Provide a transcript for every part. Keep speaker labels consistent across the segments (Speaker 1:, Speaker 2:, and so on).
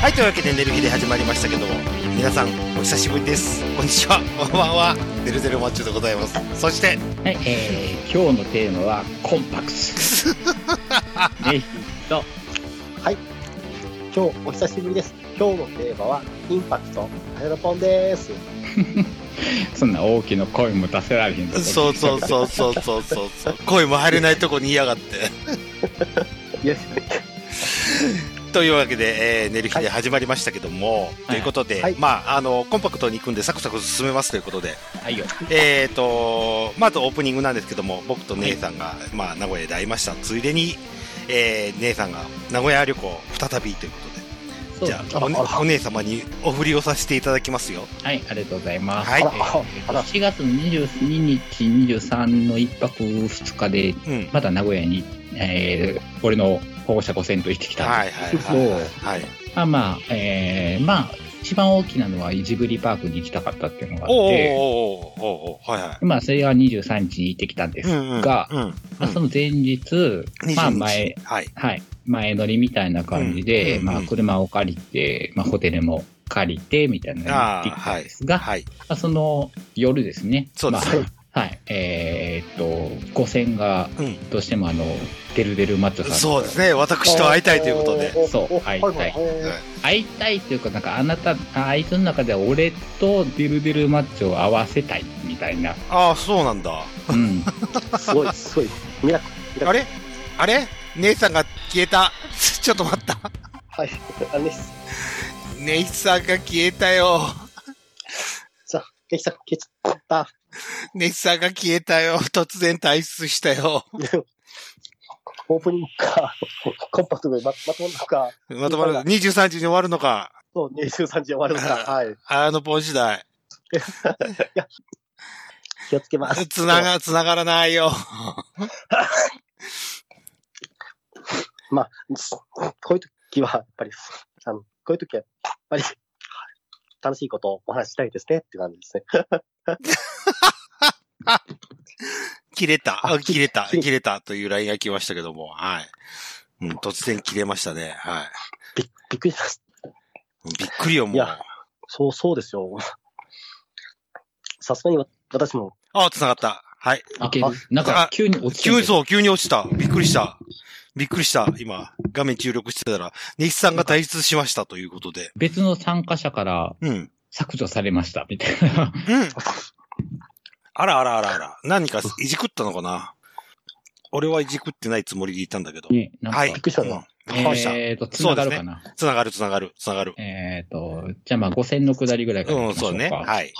Speaker 1: はい、というわけで、寝る日で始まりましたけども、皆さん、お久しぶりです。こんにちは、こんばんは、ねるねるまっちゅうでございます。そして、
Speaker 2: はい、えー、今日のテーマはコンパク ス。ぜひと、
Speaker 3: 今日お久しぶりです。今日のテーマはインパクト。ハヤロポンです。
Speaker 2: そんな大きな声も出せられへんぞ
Speaker 1: そうそうそうそうそうそうそう、 声も入れないとこにいや がって。
Speaker 3: よし。
Speaker 1: というわけで、えー、寝る日で始まりましたけども、ということで、
Speaker 3: はい
Speaker 1: まあ、あの、コンパクトに行くんで、サクサク進めますということで、
Speaker 2: はいよ。
Speaker 1: えーと、まずオープニングなんですけども、僕と姉さんが、まあ、名古屋で会いました。ついでに、えー、姉さんが名古屋旅行再びということで、
Speaker 2: そう
Speaker 1: じゃ
Speaker 3: あ
Speaker 1: あ
Speaker 3: ら
Speaker 1: お,、
Speaker 3: あら
Speaker 1: お姉様にお振りをさせていただきますよ。
Speaker 2: はい、ありがとうございます。
Speaker 1: はい
Speaker 3: あら あら
Speaker 2: 7月22日、23の1泊2日で、
Speaker 1: うん。
Speaker 2: また名古屋に、えー、俺の保護者5選と行ってきた。
Speaker 1: はいはいはいはい。はい、
Speaker 2: まあまあ、えー、まあ、一番大きなのはジブリパークに行きたかったっていうのがあっ
Speaker 1: お
Speaker 2: て、
Speaker 1: おおおおおはいは
Speaker 2: まあ、それは23日に行ってきたんで
Speaker 1: い。
Speaker 2: すが、
Speaker 1: うんうん
Speaker 2: まあ、その前日、
Speaker 1: うん
Speaker 2: ま
Speaker 1: 22
Speaker 2: あ、
Speaker 1: 日
Speaker 2: 前、
Speaker 1: はい。
Speaker 2: はい、前乗りみたいな感じ
Speaker 1: う
Speaker 2: で、
Speaker 1: んうん
Speaker 2: ま
Speaker 1: う
Speaker 2: あ、
Speaker 1: ん
Speaker 2: 車を借りて、まあ、ホテルも借りてみたいなのをやってきたんですが、
Speaker 1: はい。
Speaker 2: まあ、その夜ですね、
Speaker 1: そうですね
Speaker 2: まあはいえーっと、五線が
Speaker 1: うん。
Speaker 2: どうしてもあのデルデルマッチョさんと
Speaker 1: そうですね。私と会いたいということで。
Speaker 2: そう会いたい会いたいというか、なんかあなた、あいつの中では俺とデルデルマッチョを合わせたいみたいな、
Speaker 1: ああ、そうなんだ。
Speaker 2: うん、
Speaker 3: すごいすごい。ミラク
Speaker 1: あれあれ姉さんが消えた。ちょっと待った。
Speaker 3: はい。あれです。
Speaker 1: 姉さんが消えたよ。
Speaker 3: 消した消しちゃった。
Speaker 1: 姉さんが消えたよ。突然退出したよ。
Speaker 3: オープニングかコンパクトでままともなのか。
Speaker 1: まとまる。23時に終わるのか。
Speaker 3: そうね十三時終わる のか。はい。
Speaker 1: あのポン次第。
Speaker 3: 気をつけます。
Speaker 1: つなが、つながらないよ。
Speaker 3: まあこういう時はやっぱりあのこういう時はやっぱり楽しいことをお話ししたいですねって感じですね。
Speaker 1: 切れた。
Speaker 3: あ
Speaker 1: あ切れた。
Speaker 3: 切れ
Speaker 1: 切れたという LINE が来ましたけども。はい。うん、突然切れましたね。はい。
Speaker 3: びっくりしました。
Speaker 1: びっくりよ、も。
Speaker 3: いうやそうそうですよ。 さすがに私も
Speaker 1: あ、繋がった。はい。
Speaker 2: いけるな ん
Speaker 1: あ
Speaker 2: か急に落ちてる
Speaker 1: 急に、そう、急に落ちた。びっくりした。びっくりした。今、画面注力してたら、西さんが退出しましたということで。
Speaker 2: 別の参加者から
Speaker 1: うん。
Speaker 2: 削除されましたみたいな。
Speaker 1: うん。あらあらあらあら。何かいじくったのかな俺はいじくってないつもりでいたんだけど。
Speaker 2: ね、なんか、
Speaker 1: はい。
Speaker 3: びっくりしたな
Speaker 1: うんびっくりした。
Speaker 2: えーと、つ
Speaker 1: そう
Speaker 2: な
Speaker 1: で
Speaker 2: が
Speaker 1: す
Speaker 2: る
Speaker 1: ね
Speaker 2: かな。
Speaker 1: つながる、つながる、つながる。
Speaker 2: えっ、と、じゃあまあ5000の下りぐらいから
Speaker 1: う
Speaker 2: 行
Speaker 1: ん、
Speaker 2: きましょ
Speaker 1: そうう
Speaker 2: か。
Speaker 1: ね。はい。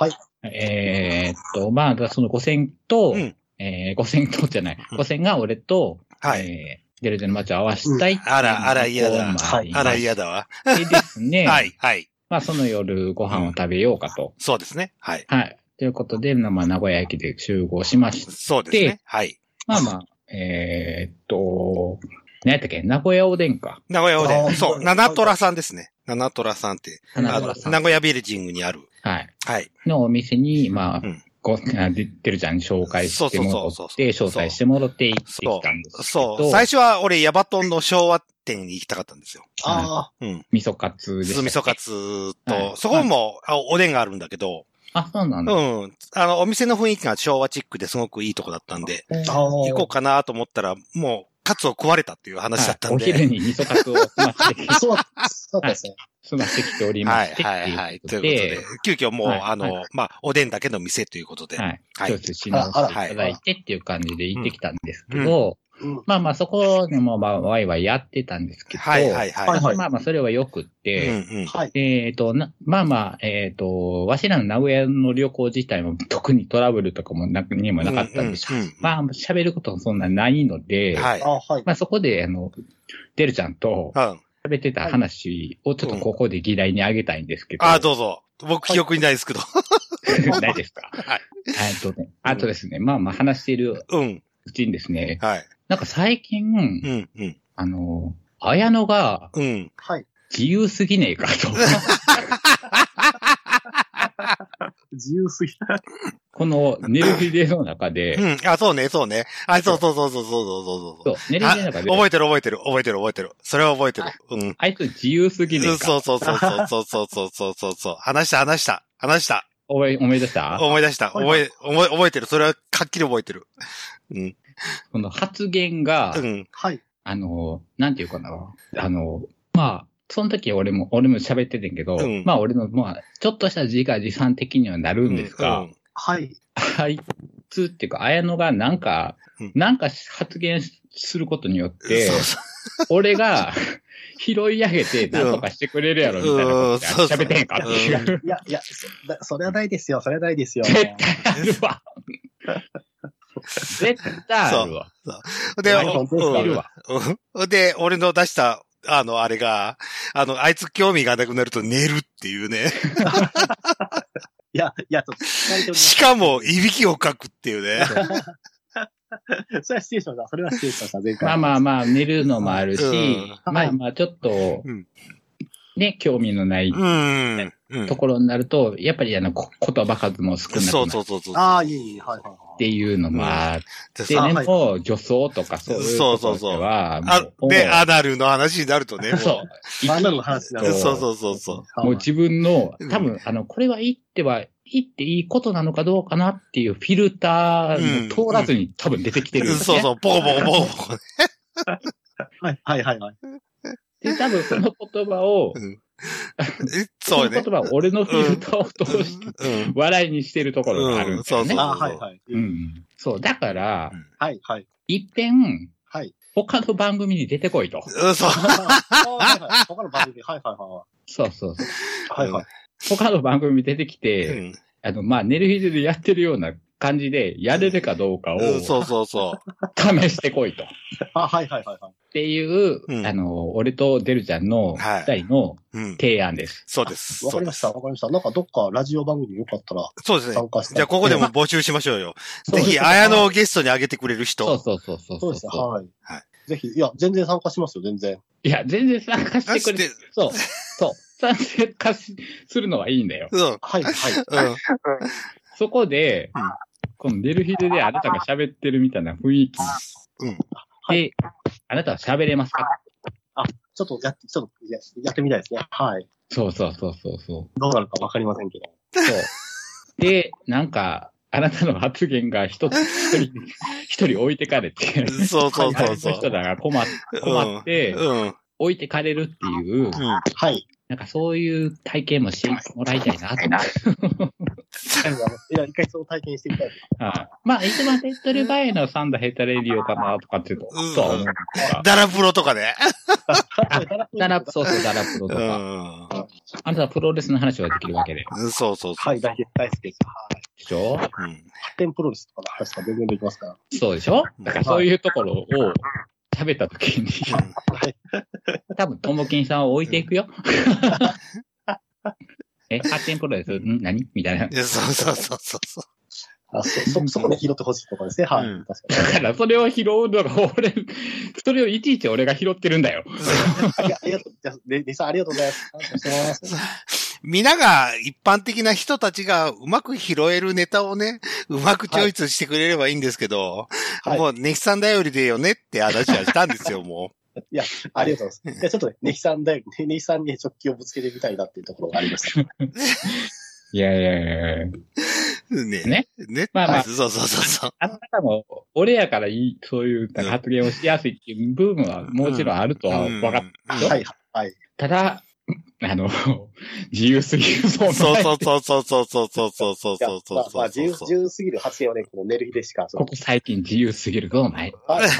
Speaker 2: えっ、と、まあ、だからその5000と、
Speaker 1: うん
Speaker 2: えー、5000とじゃない、
Speaker 1: うん
Speaker 2: 5000が俺と、
Speaker 1: はい。
Speaker 2: えー、デルデルマッチを合わしたいっていうの
Speaker 1: あらあら嫌だ
Speaker 2: ま
Speaker 3: はい
Speaker 1: あら、嫌だわ。
Speaker 2: でです ね、
Speaker 1: はい、はい。
Speaker 2: まあその夜ご飯を食べようかと。
Speaker 1: そうですね。はい。
Speaker 2: はい。ということで、まあ名古屋駅で集合しまして、
Speaker 1: そうですね
Speaker 2: で。
Speaker 1: はい。
Speaker 2: まあまあ、えー、っと、何やったっけ名古屋おでんか。
Speaker 1: 名古屋おで
Speaker 3: あ
Speaker 1: ん。
Speaker 3: ー
Speaker 1: そう、
Speaker 3: はい
Speaker 1: 七虎さんですね。七虎さんって、あ
Speaker 2: 花
Speaker 1: の
Speaker 2: 村さん。
Speaker 1: 名古屋ビルジングにある。
Speaker 2: はい。
Speaker 1: はい。
Speaker 2: のお店に、まあ、
Speaker 1: うん
Speaker 2: ごあでデルちゃんに紹介しても
Speaker 1: そう
Speaker 2: ら
Speaker 1: そうそう
Speaker 2: っ
Speaker 1: そう
Speaker 2: て、招待してもらって行ってきたんですけど、
Speaker 1: そう。最初は俺、ヤバトンの昭和店に行きたかったんですよ。
Speaker 3: あ
Speaker 1: うん。
Speaker 2: 味噌カツでし
Speaker 1: 酢
Speaker 2: たっけ
Speaker 1: 味噌カツ
Speaker 2: は
Speaker 1: と、
Speaker 2: い
Speaker 1: そこもあおでんがあるんだけど、
Speaker 2: あ、そうなん
Speaker 1: う
Speaker 2: だ。
Speaker 1: ん。あの、お店の雰囲気が昭和チックですごくいいとこだったんで、
Speaker 3: あ、ああ、
Speaker 1: 行こうかなと思ったら、もう、カツを食われたっていう話だったん
Speaker 2: はいお昼
Speaker 1: で。
Speaker 2: に味噌カツを済まして き
Speaker 3: そう、そうですね。
Speaker 2: 済ましてきておりま
Speaker 1: はい、
Speaker 2: して。
Speaker 1: はい、はい。
Speaker 2: って
Speaker 1: と
Speaker 2: い
Speaker 1: いううこ
Speaker 2: こ
Speaker 1: とと
Speaker 2: で
Speaker 1: で、急遽もう、
Speaker 2: はい
Speaker 1: あの
Speaker 2: は、
Speaker 1: まあ、おでんだけの店ということで。
Speaker 2: はい。
Speaker 1: はい
Speaker 2: ちょっとし直していただいてっていう感じで行ってきたんですけ
Speaker 1: うん
Speaker 2: ど、
Speaker 3: うん。
Speaker 2: まあまあそこでもまあワイワイやってたんですけど、
Speaker 1: はい、はい、はい。
Speaker 3: はい
Speaker 2: まあまあそれはよくっ
Speaker 1: うん、
Speaker 2: て、
Speaker 1: うん。
Speaker 3: はい。
Speaker 2: えっ、とな、まあまあ、えっ、と、わしらの名古屋の旅行自体も 特にトラブルとかもなくにもなかったんですけど、
Speaker 1: うんうんうん
Speaker 2: まあ喋ることもそんなないので、
Speaker 1: はい。
Speaker 3: あはい。
Speaker 2: まあそこで、あの、デルちゃんと
Speaker 1: うん。
Speaker 2: 喋ってた話をちょっとここで議題にあげたいんですけど、
Speaker 1: ああ、どうぞ。僕、記憶にないですけど。
Speaker 2: ないですか
Speaker 1: はい。
Speaker 2: えっとね、あとですね、まあまあ話している
Speaker 1: うん。
Speaker 2: うちにですね、
Speaker 1: はい。
Speaker 2: なんか最近、
Speaker 1: うん、うん。
Speaker 2: あの、綾野が
Speaker 1: うん。
Speaker 3: はい。
Speaker 2: 自由すぎね えかと。
Speaker 3: 自由すぎた。
Speaker 2: この寝るビデの中
Speaker 1: う
Speaker 2: で、
Speaker 1: ん。あ、そうね、そうね。あ、そうそうそうそうそうそうそうそう。
Speaker 2: そう、寝るビデの中で、
Speaker 1: 覚えてる覚えてる覚えてる覚えてる。それは覚えてる。うん。
Speaker 2: あいつ自由すぎね
Speaker 1: う
Speaker 2: え
Speaker 1: んそ
Speaker 2: か
Speaker 1: う。そうそうそうそうそうそうそうそう。話した話した。話した。
Speaker 2: 思い思い出した
Speaker 1: 思い出した。
Speaker 3: 覚
Speaker 1: 覚
Speaker 3: え
Speaker 1: え、覚え、覚えてる。それはかっきり覚えてる。うん。
Speaker 2: この発言が
Speaker 1: う、ん。
Speaker 3: はい。
Speaker 2: あの、なんていうかな。あの、まあ、その時俺も、俺も喋っててんけど、
Speaker 1: うん
Speaker 2: まあ俺の、まあ、ちょっとした自画自賛的にはなるんですが、
Speaker 1: うん
Speaker 3: はい。
Speaker 2: あいつっていうか、綾野がなんか、
Speaker 1: うん
Speaker 2: なんか発言することによって
Speaker 1: そう、そう
Speaker 2: 俺が 拾い上げて、なんとかしてくれるやろみたいなこと
Speaker 1: うんうんそうそう
Speaker 2: 喋ってへんかって気がある。
Speaker 3: いや、いや、そだそれはないですよ。それはないですよ。
Speaker 2: 絶対あるわ。絶対あるわ。
Speaker 1: で、
Speaker 2: あれ
Speaker 1: う
Speaker 3: 本当ですか
Speaker 2: い
Speaker 1: ん
Speaker 2: るわ。
Speaker 1: うんで、俺の出した、あの、あれが、あの、あいつ興味がなくなると寝るっていうね。
Speaker 3: いや、いや、ちょっと聞かれております
Speaker 1: しかも、いびきをかくっていうね。
Speaker 3: それは失礼しました。それは失礼しました。前回。
Speaker 2: まあまあまあ、寝るのもあるし、
Speaker 1: う
Speaker 2: まあまあ、ちょっと
Speaker 1: うん、
Speaker 2: ね、興味のない
Speaker 1: うん。うん
Speaker 2: ところになると、やっぱりあの、こ言葉数も少なく
Speaker 1: そ
Speaker 2: な
Speaker 1: う
Speaker 2: る
Speaker 1: そ
Speaker 2: っ
Speaker 1: うそうそう。
Speaker 3: ああ、いえいえ、はいはいはい。
Speaker 2: ていうのもあっ
Speaker 1: で
Speaker 2: て、
Speaker 1: さ
Speaker 3: あ
Speaker 2: で
Speaker 3: はい
Speaker 2: も、女装とかそういうところでは、
Speaker 1: あ
Speaker 2: もう
Speaker 1: で、アナルの話になるとね。もう
Speaker 2: そう。
Speaker 3: あんなの話だ
Speaker 1: そう
Speaker 3: う
Speaker 1: そうそうそうそう。
Speaker 2: もう
Speaker 3: はい
Speaker 2: 自分の
Speaker 1: うん、
Speaker 2: 多分、あの、これは言っては、言っていいことなのかどうかなっていうフィルターを通らずに多分出てきてるんです
Speaker 1: そ
Speaker 2: ね。
Speaker 1: うそう、ポコポコポコポコ。
Speaker 3: はいはいはいはい。
Speaker 2: で、多分その言葉を、
Speaker 1: えそうよ
Speaker 2: の言
Speaker 1: ね。
Speaker 2: 葉を俺のフィルターを通して、
Speaker 1: うん。
Speaker 2: 笑いにしてるところがあるんだよね。
Speaker 1: うんそうそう
Speaker 3: ああ、はいはい。
Speaker 2: うんそう、だから、
Speaker 3: はいはい。
Speaker 2: いっぺん、
Speaker 3: はい。
Speaker 2: 他の番組に出てこいと。
Speaker 1: うんそう。
Speaker 3: ああはいはい他の番組で、はいはいは
Speaker 2: そうそうそう。
Speaker 3: い。はいはい。
Speaker 2: 他の番組に出てき
Speaker 1: う
Speaker 2: て、
Speaker 1: ん
Speaker 2: あの、まあ、寝る日でやってるような感じで、やれるかどうかを
Speaker 1: うん
Speaker 2: 試
Speaker 1: そうそうそう。
Speaker 2: してこいと。っ
Speaker 3: あはいはいはいはい。
Speaker 2: ていう、
Speaker 1: うん
Speaker 2: あの、俺とデルちゃんの
Speaker 1: はい
Speaker 2: 二人の
Speaker 1: うん。
Speaker 2: 提案です。
Speaker 1: そうです。
Speaker 3: わか
Speaker 1: そう
Speaker 3: り
Speaker 1: で
Speaker 3: まし
Speaker 1: す。
Speaker 3: た、わかりました。なんかどっかラジオ番組よかったら
Speaker 1: そうですね
Speaker 3: 参。加して。
Speaker 1: じゃあ、ここでも募集しましょうよ。ぜひ、
Speaker 2: そう
Speaker 1: 綾野をゲストに上げてくれる人。
Speaker 2: そうそうそうそう
Speaker 3: そ
Speaker 2: そうう
Speaker 3: ですね、はい
Speaker 1: はい。
Speaker 3: ぜひ、いや、全然参加しますよ、全然。
Speaker 2: いや、全然参加してく
Speaker 1: 出
Speaker 2: れ
Speaker 1: して。
Speaker 2: そう。そう。参加しするのはいいんだよ。
Speaker 1: うん。
Speaker 3: はい、はい。
Speaker 1: うん。
Speaker 2: そこで
Speaker 1: うん、
Speaker 2: この寝る日でであなたが喋ってるみたいな雰囲気
Speaker 1: うん。
Speaker 2: で、あなたは喋れますか
Speaker 3: ちょっとやって、ちょっとややってみたいですね。はい。
Speaker 2: そうそうそうそうそ
Speaker 3: どうなるかわかりませんけど。
Speaker 2: う。そうで、なんか、あなたの発言が一つ、一人、一人置いてかれて、
Speaker 1: そうそう
Speaker 2: あ
Speaker 1: そ
Speaker 2: の
Speaker 1: うそ
Speaker 2: 人
Speaker 1: う。
Speaker 2: らが困っ困って、
Speaker 1: うん。うん。
Speaker 2: 置いてかれるっていう、
Speaker 3: はい。
Speaker 2: なんかそういう体験もしてもらいたいなと思って。
Speaker 3: あのいや、一回その体験してみたいです。
Speaker 2: はいまあ、いつも手っ取り早いのはサンダーヘッダレディオかなとかっていうと、
Speaker 1: うん
Speaker 2: とは思うんですが、
Speaker 1: ダラプロとかね。
Speaker 2: ダラプ、そうそう、ダラプロと
Speaker 1: う
Speaker 2: か、
Speaker 1: ん。
Speaker 2: あなたはプロレスの話はできるわけで、
Speaker 1: そうそうそう。
Speaker 3: はい、大好き大好きです。はい。
Speaker 2: でし
Speaker 1: う
Speaker 2: ょ
Speaker 1: ん。
Speaker 3: 発展プロレスとかの話とか全然できますから。
Speaker 2: そうでしょだからそういうところを喋った時に、
Speaker 3: はい。
Speaker 2: 多分、ともきんさんを置いていくよ。 え、発展プロです。ん何みたいな。
Speaker 1: いやそうそうそうそうそう。
Speaker 3: あそ、そ、そこで拾ってほしいところですね。はい。
Speaker 1: うん
Speaker 3: 確か
Speaker 2: だから、それを拾うのが俺、それをいちいち俺が拾ってるんだよ。
Speaker 3: に。いや、ありがとう。じゃあ、レレイさん、ありがとうございます。感謝してます。
Speaker 1: 皆が、一般的な人たちがうまく拾えるネタをね、うまくチョイスしてくれればいいんですけど、
Speaker 3: はい
Speaker 1: もう、ネキさん頼りでよねって話はしたんですよ、も
Speaker 3: ありがとうございます。いや、ちょっとね、ネヒさんだよ、ねネヒさんに直球をぶつけてみたいなっていうところがありました。
Speaker 2: いやいやいやいや
Speaker 1: う。 ね。
Speaker 2: ね。
Speaker 1: ね。
Speaker 2: まあまあ
Speaker 1: そうそうそうそう。
Speaker 2: あなたも、俺やからいい、そういうなんか発言をしやすいっていう部分はもちろんあるとは分かった。
Speaker 1: うん
Speaker 3: はい、はい。
Speaker 2: ただ、あの、自由すぎるそう
Speaker 1: そう
Speaker 2: な、
Speaker 1: そうそうそうそうそうそうそうそう
Speaker 3: いや
Speaker 1: そう
Speaker 3: まあ、まあ、自由、
Speaker 1: そう
Speaker 3: 自。由すぎる発言をね、この寝る日でしか、そ
Speaker 2: こ
Speaker 3: の
Speaker 2: こ最近自由すぎるぞ、お前。
Speaker 3: はい、はい。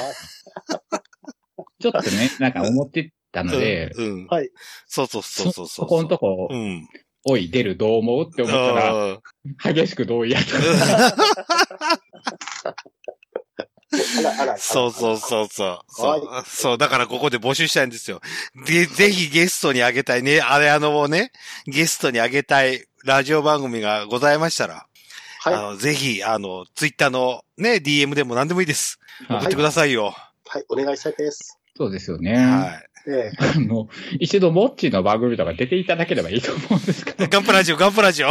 Speaker 2: ちょっとね、なんか思ってたので、
Speaker 1: うんうん
Speaker 3: はい。
Speaker 1: そうそうそうそう。
Speaker 2: そう このとこ
Speaker 1: う、ん。
Speaker 2: おい、出る、どう思うって思ったら、
Speaker 1: あ
Speaker 2: 激しく同意やった。
Speaker 1: ー
Speaker 3: あら、あら。
Speaker 1: そうそうそうそう。そ、
Speaker 3: はいう
Speaker 1: そうだからここで募集したいんですよ。で、ぜひゲストにあげたいね、あれあのをね、ゲストにあげたいラジオ番組がございましたら、
Speaker 3: はい、
Speaker 1: あ
Speaker 3: は
Speaker 1: の、ぜひ、あの、ツイッターのね、DM でも何でもいいです。
Speaker 2: は
Speaker 1: 送っ
Speaker 2: い
Speaker 1: てくださいよ。
Speaker 3: い、お願いしたいです。
Speaker 2: そうですよね。
Speaker 1: は
Speaker 3: ええ
Speaker 2: あの、一度、モッチーの 番組とか出ていただければいいと思うんですけど
Speaker 1: い。、ガンプラジオ、ガンプラジオ。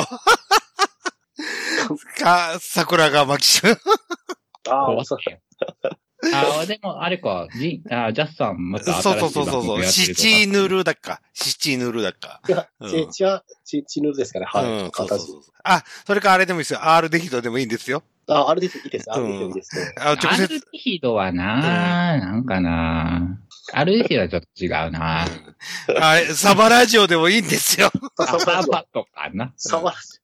Speaker 1: か、桜が巻きしゅん。
Speaker 3: あ
Speaker 2: 怖
Speaker 3: あ、
Speaker 2: っ
Speaker 3: そう。
Speaker 2: て。ああ、でも、あれか、ジン、あージャスさんまた
Speaker 1: そう
Speaker 2: 新しい
Speaker 1: そうそうそう
Speaker 2: 番
Speaker 1: そう。
Speaker 2: 組やって
Speaker 1: シ
Speaker 2: るとか
Speaker 1: チヌルだっか。シチヌルだっか。
Speaker 3: いや、
Speaker 1: うん
Speaker 3: ち、ちは、ち、ちぬるですから、はい。
Speaker 1: うん、そうそうそ
Speaker 3: 私
Speaker 1: う。あ、それかあれでもいいですよ。R デヒドでもいいんですよ。
Speaker 3: あ、あれです、いいです。あ
Speaker 1: う
Speaker 3: れ
Speaker 1: ん
Speaker 3: です、いいですね。
Speaker 1: あ直
Speaker 2: アル
Speaker 1: 接
Speaker 2: デ。ヒドはなあ、なんかなあ。アルデヒドはちょっと違うなあ。
Speaker 1: うんあれ、サバラジオでもいいんです よ。
Speaker 2: ア
Speaker 3: そう
Speaker 2: ババとかな。
Speaker 3: サバラジ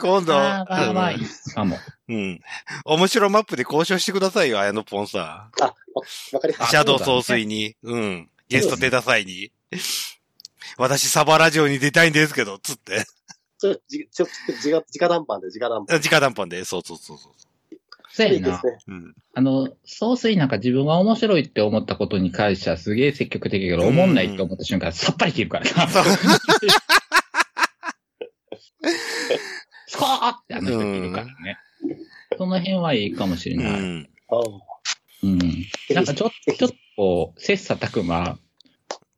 Speaker 1: 今度。
Speaker 2: あーまあまあいいかも。
Speaker 1: うん。面白マップで交渉してくださいよ、綾野ポンさ
Speaker 3: オ。あ、わかりま
Speaker 1: ん。
Speaker 3: し
Speaker 1: シ
Speaker 3: た。
Speaker 1: ャドウ総帥に。うん。ゲスト出た際に。私、サバラジオに出たいんですけど、つって。
Speaker 3: ちょ、じ、ちょ、じが、じか談判で、じか談判。
Speaker 1: 直談判で、そうそうそうそ
Speaker 2: そう
Speaker 3: い
Speaker 2: や
Speaker 3: いで
Speaker 2: な
Speaker 3: す。ね。
Speaker 1: う。うん。
Speaker 2: あの、総帥なんか自分が面白いって思ったことに関してはすげえ積極的やけど、
Speaker 1: うん
Speaker 2: 思んないって思った瞬間、さっぱり切るから な。
Speaker 1: そう
Speaker 2: スコーってあの人切るからね。その辺はいいかもしれ
Speaker 1: う
Speaker 2: ない。
Speaker 1: ん。
Speaker 3: あ
Speaker 2: うん。なんかちょっと、ちょっとこう、切磋琢磨、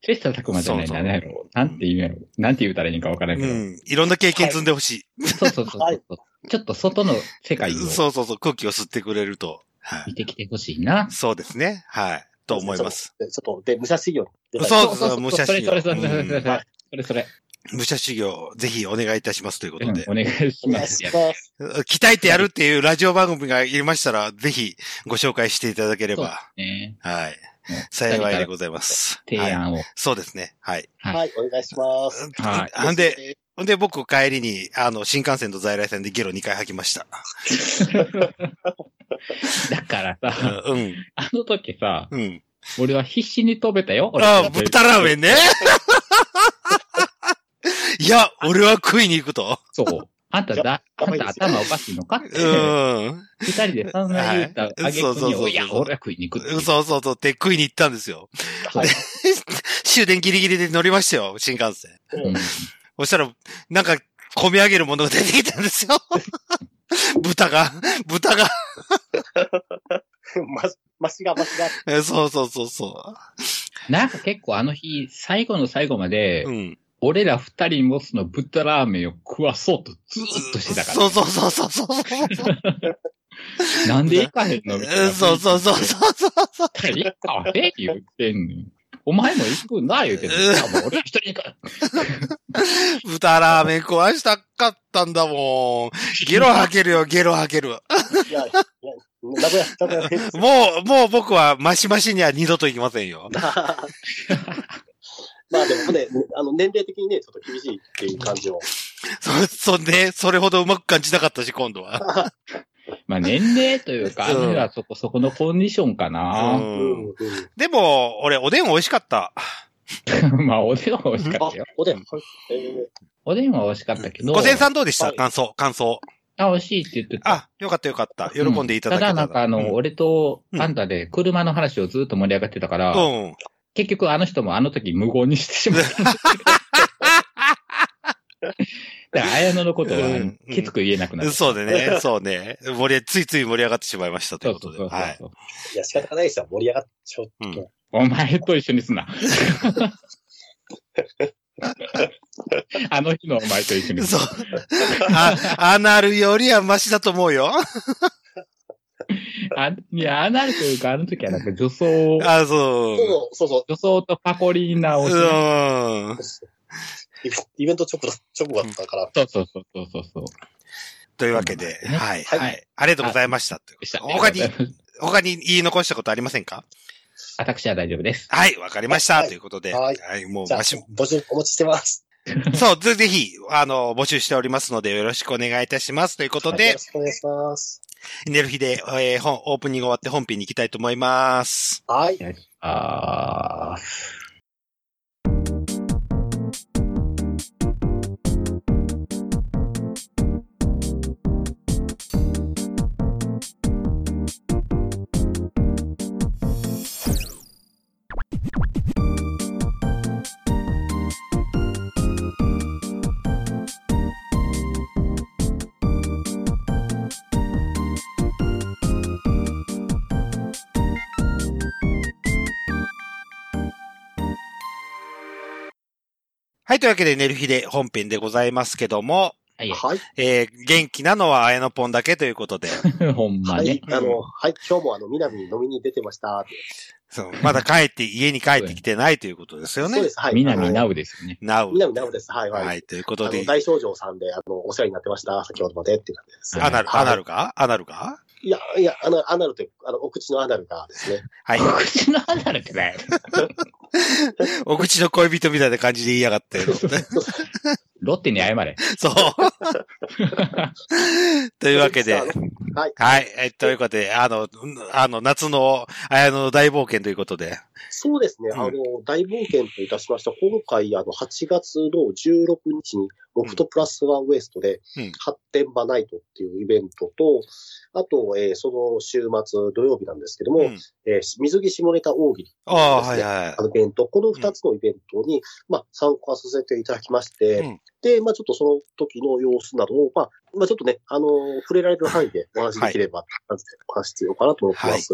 Speaker 2: 切磋琢磨じゃない
Speaker 1: そうそう
Speaker 2: な
Speaker 1: ん
Speaker 2: やろ。なんて言うんやろ。なんて言うたらいいんかわからん
Speaker 1: う
Speaker 2: け
Speaker 1: ん。いろんな経験積んでほしい。
Speaker 2: ど。そうそうそう
Speaker 3: はい
Speaker 2: そう。ちょっと外の世界を
Speaker 1: そうそうそう、空気を吸ってくれると。はい
Speaker 2: 見てきてほしいな。
Speaker 1: そうですね。はい。と思います。
Speaker 3: でちょっと、で、武者修行に出たい。
Speaker 1: そうそうそう、武
Speaker 2: そ
Speaker 1: 者
Speaker 2: れ
Speaker 1: 修
Speaker 2: それそれそれそれそれ
Speaker 1: 行。
Speaker 2: それそれ。
Speaker 1: うん武者修行、ぜひお願いいたしますというこ
Speaker 2: う
Speaker 1: とで。
Speaker 2: んお願いし
Speaker 3: お
Speaker 2: ま
Speaker 3: 願い
Speaker 2: す
Speaker 3: し。ます。
Speaker 1: 鍛えてやるっていうラジオ番組がいましたら、ぜひご紹介していただければ、
Speaker 2: ね。
Speaker 1: はい。
Speaker 2: もう
Speaker 1: 幸いでございます。
Speaker 2: 提
Speaker 1: はい。
Speaker 2: 案を。
Speaker 1: そうですね。はい。
Speaker 2: はい
Speaker 3: はい、お願いします。
Speaker 2: はい
Speaker 1: ほんで、、ほんで僕帰りに、あの、新幹線と在来線でゲロ2回吐きました。
Speaker 2: だからさ、
Speaker 1: うん。
Speaker 2: あの時さ、
Speaker 1: うん。
Speaker 2: 俺は必死に飛べたよ。俺
Speaker 1: ああ、豚ラーメンね。 いや、俺は食いに行くと。
Speaker 2: そう。あんただ、あんた頭おかしいのかって
Speaker 1: う。ん。
Speaker 2: 二人でそんな言うたあげ
Speaker 1: そう
Speaker 2: く
Speaker 1: そうそうそう
Speaker 2: に、いや、俺は食いに行くっていう。
Speaker 1: そうそうそうって食いに行ったんですよ。
Speaker 2: はい
Speaker 1: 終電ギリギリで乗りましたよ、新幹線。
Speaker 2: うん
Speaker 1: そしたら、なんか、込み上げるものが出てきたんです よ。豚が、豚が、
Speaker 3: ま、ましが、ましが。
Speaker 1: えそうそうそうそ
Speaker 2: なんか結構あの日、最後の最後まで
Speaker 1: う。う、ん。
Speaker 2: 俺ら二人もその豚ラーメンを食わそうとずーっとしてたから
Speaker 1: そう。そうそうそうそうそう。
Speaker 2: なんで行かへんのみたい
Speaker 1: え
Speaker 2: な。
Speaker 1: そうそうそう
Speaker 2: 行
Speaker 1: そうそう。
Speaker 2: ったら行かへん言ってんねん。お前も行くな言うてんねん。
Speaker 1: うん
Speaker 2: いやもう俺は一人行く。
Speaker 1: 豚ラーメン壊したかったんだもん。ゲロ吐けるよ、ゲロ吐ける。
Speaker 3: いや、いや、名古屋、名古屋です。
Speaker 1: もう、もう僕はマシマシには二度と行きませんよ。
Speaker 3: まあでもね、あの、年齢的にね、ちょっと厳しいっていう感じを。
Speaker 1: そ、そんで、それほどうまく感じなかったし、今度は。
Speaker 2: まあ年齢 というか、あ
Speaker 1: うん
Speaker 2: の日はそこそこのコンディションか
Speaker 1: う
Speaker 2: な。
Speaker 1: ん。
Speaker 3: うんうん
Speaker 1: でも、俺、おでん美味しかった。
Speaker 2: まあおでんは美味しか
Speaker 3: あ
Speaker 2: ったよ。、
Speaker 3: おでん。はいえ
Speaker 2: おでんは美味しかったけど。
Speaker 1: 午前さんどうでした
Speaker 3: はい
Speaker 1: 感想、感想。
Speaker 2: あ、美味しいって言ってた。
Speaker 1: あ、よかったよかった。喜んでいただけ
Speaker 2: た
Speaker 1: た
Speaker 2: だ
Speaker 1: ら
Speaker 2: なんかあの、
Speaker 1: うん
Speaker 2: 俺と
Speaker 1: うん
Speaker 2: あんたで車の話をずっと盛り上がってたから、
Speaker 1: うん。
Speaker 2: 結局あの人もあの時無言にしてし まった。だ から綾野のことは
Speaker 1: うん
Speaker 2: きつく言えなくなった。
Speaker 1: そうでね、そうね。盛り、ついつい盛り上がってしまいましたと
Speaker 2: そ
Speaker 1: いううこと
Speaker 2: そ
Speaker 1: で。
Speaker 2: うそうそう
Speaker 1: はい。
Speaker 3: ーいや、仕方がないですよ。盛り上がっちゃう。
Speaker 1: うん
Speaker 2: お前と一緒に すな。 あの日のお前と一緒にす
Speaker 1: そう。あ、アナルよりはマシだと思うよ。
Speaker 2: な。あいや、あなるというか、あの時はなんか女装、
Speaker 1: あ、そ
Speaker 3: そうそうそう。
Speaker 2: 女装とパコリーナ
Speaker 1: う。
Speaker 2: を
Speaker 1: う
Speaker 2: しな、
Speaker 1: ん。
Speaker 3: イベント直後だ直後だったから、
Speaker 2: そうそうそうそうそうそう。
Speaker 1: というわけで、
Speaker 2: そうなん
Speaker 1: はい。
Speaker 3: はい
Speaker 1: はい。ありがとうございました。
Speaker 2: でした。
Speaker 1: 他に、他に言い残したことありませんか
Speaker 2: 私は大丈夫です。
Speaker 1: はい、わかりました。
Speaker 3: はい
Speaker 1: ということで、は
Speaker 3: はい
Speaker 1: い、もう
Speaker 3: じゃあ、
Speaker 1: マシ、
Speaker 3: 募集お持ちしてます。
Speaker 1: そう、ぜぜひ、あの、募集しておりますので、よろしくお願いいたします。ということ
Speaker 3: よ
Speaker 1: で
Speaker 3: ろ、しくお願いします。
Speaker 1: 寝る日で、えー本、オープニング終わって本編に行きたいと思います。
Speaker 3: はい。
Speaker 2: あー。
Speaker 1: はい、というわけで、寝る日で本編でございますけども、
Speaker 2: はいは
Speaker 3: はい。
Speaker 1: えー元気なのは綾野ポンだけということで、
Speaker 2: い。ほんま
Speaker 3: は
Speaker 2: ね
Speaker 3: い。。あの、はい。今日もあの、南に飲みに出てましたって。
Speaker 1: そうまだ帰って、家に帰ってきてないということですよ
Speaker 3: そうで
Speaker 1: ね。
Speaker 3: す。はい。
Speaker 2: 南
Speaker 3: あの
Speaker 2: なうですよね。
Speaker 1: なお。
Speaker 3: 南なおです。はい。
Speaker 1: は
Speaker 3: はい。
Speaker 1: い、というこ
Speaker 3: あ
Speaker 1: と
Speaker 3: の
Speaker 1: で、
Speaker 3: 大少女さんで、あの、お世話になってました。先ほどまでっていう感じです。
Speaker 1: アナ
Speaker 3: は
Speaker 1: ル、
Speaker 3: い
Speaker 1: アナルかアナルか
Speaker 3: いや、いや、あの、アナルという、あの、お口のアナルがですね。
Speaker 1: はい。
Speaker 2: 口の離れてない。
Speaker 1: お口の恋人みたいな感じで言いやが って。
Speaker 2: ロッテに謝れ。
Speaker 1: そう。 というわけで
Speaker 3: あ。のはい。
Speaker 1: はい。えということで、あの、うんあの、夏の、あの、大冒険ということで。
Speaker 3: そうですね。
Speaker 1: うん
Speaker 3: あの、大冒険といたしまして、今回、あの、8月の16日に、ロフトプラスワンウエストで
Speaker 1: うん、
Speaker 3: 発展場ナイトっていうイベントと、あと、えーその週末、土曜日なんですけども、
Speaker 1: うん
Speaker 3: えー水着下ネタ大喜利、
Speaker 1: ああ、はいは
Speaker 3: あのイベント、この2つのイベントに、まあ、参加させていただきまして、
Speaker 1: うん
Speaker 3: で、まあ、ちょっとその時の様子などを、まあ、まあ、ちょっとね、あのー触れられる範囲でお話しできれば、なんてお話ししようかなと思ってます。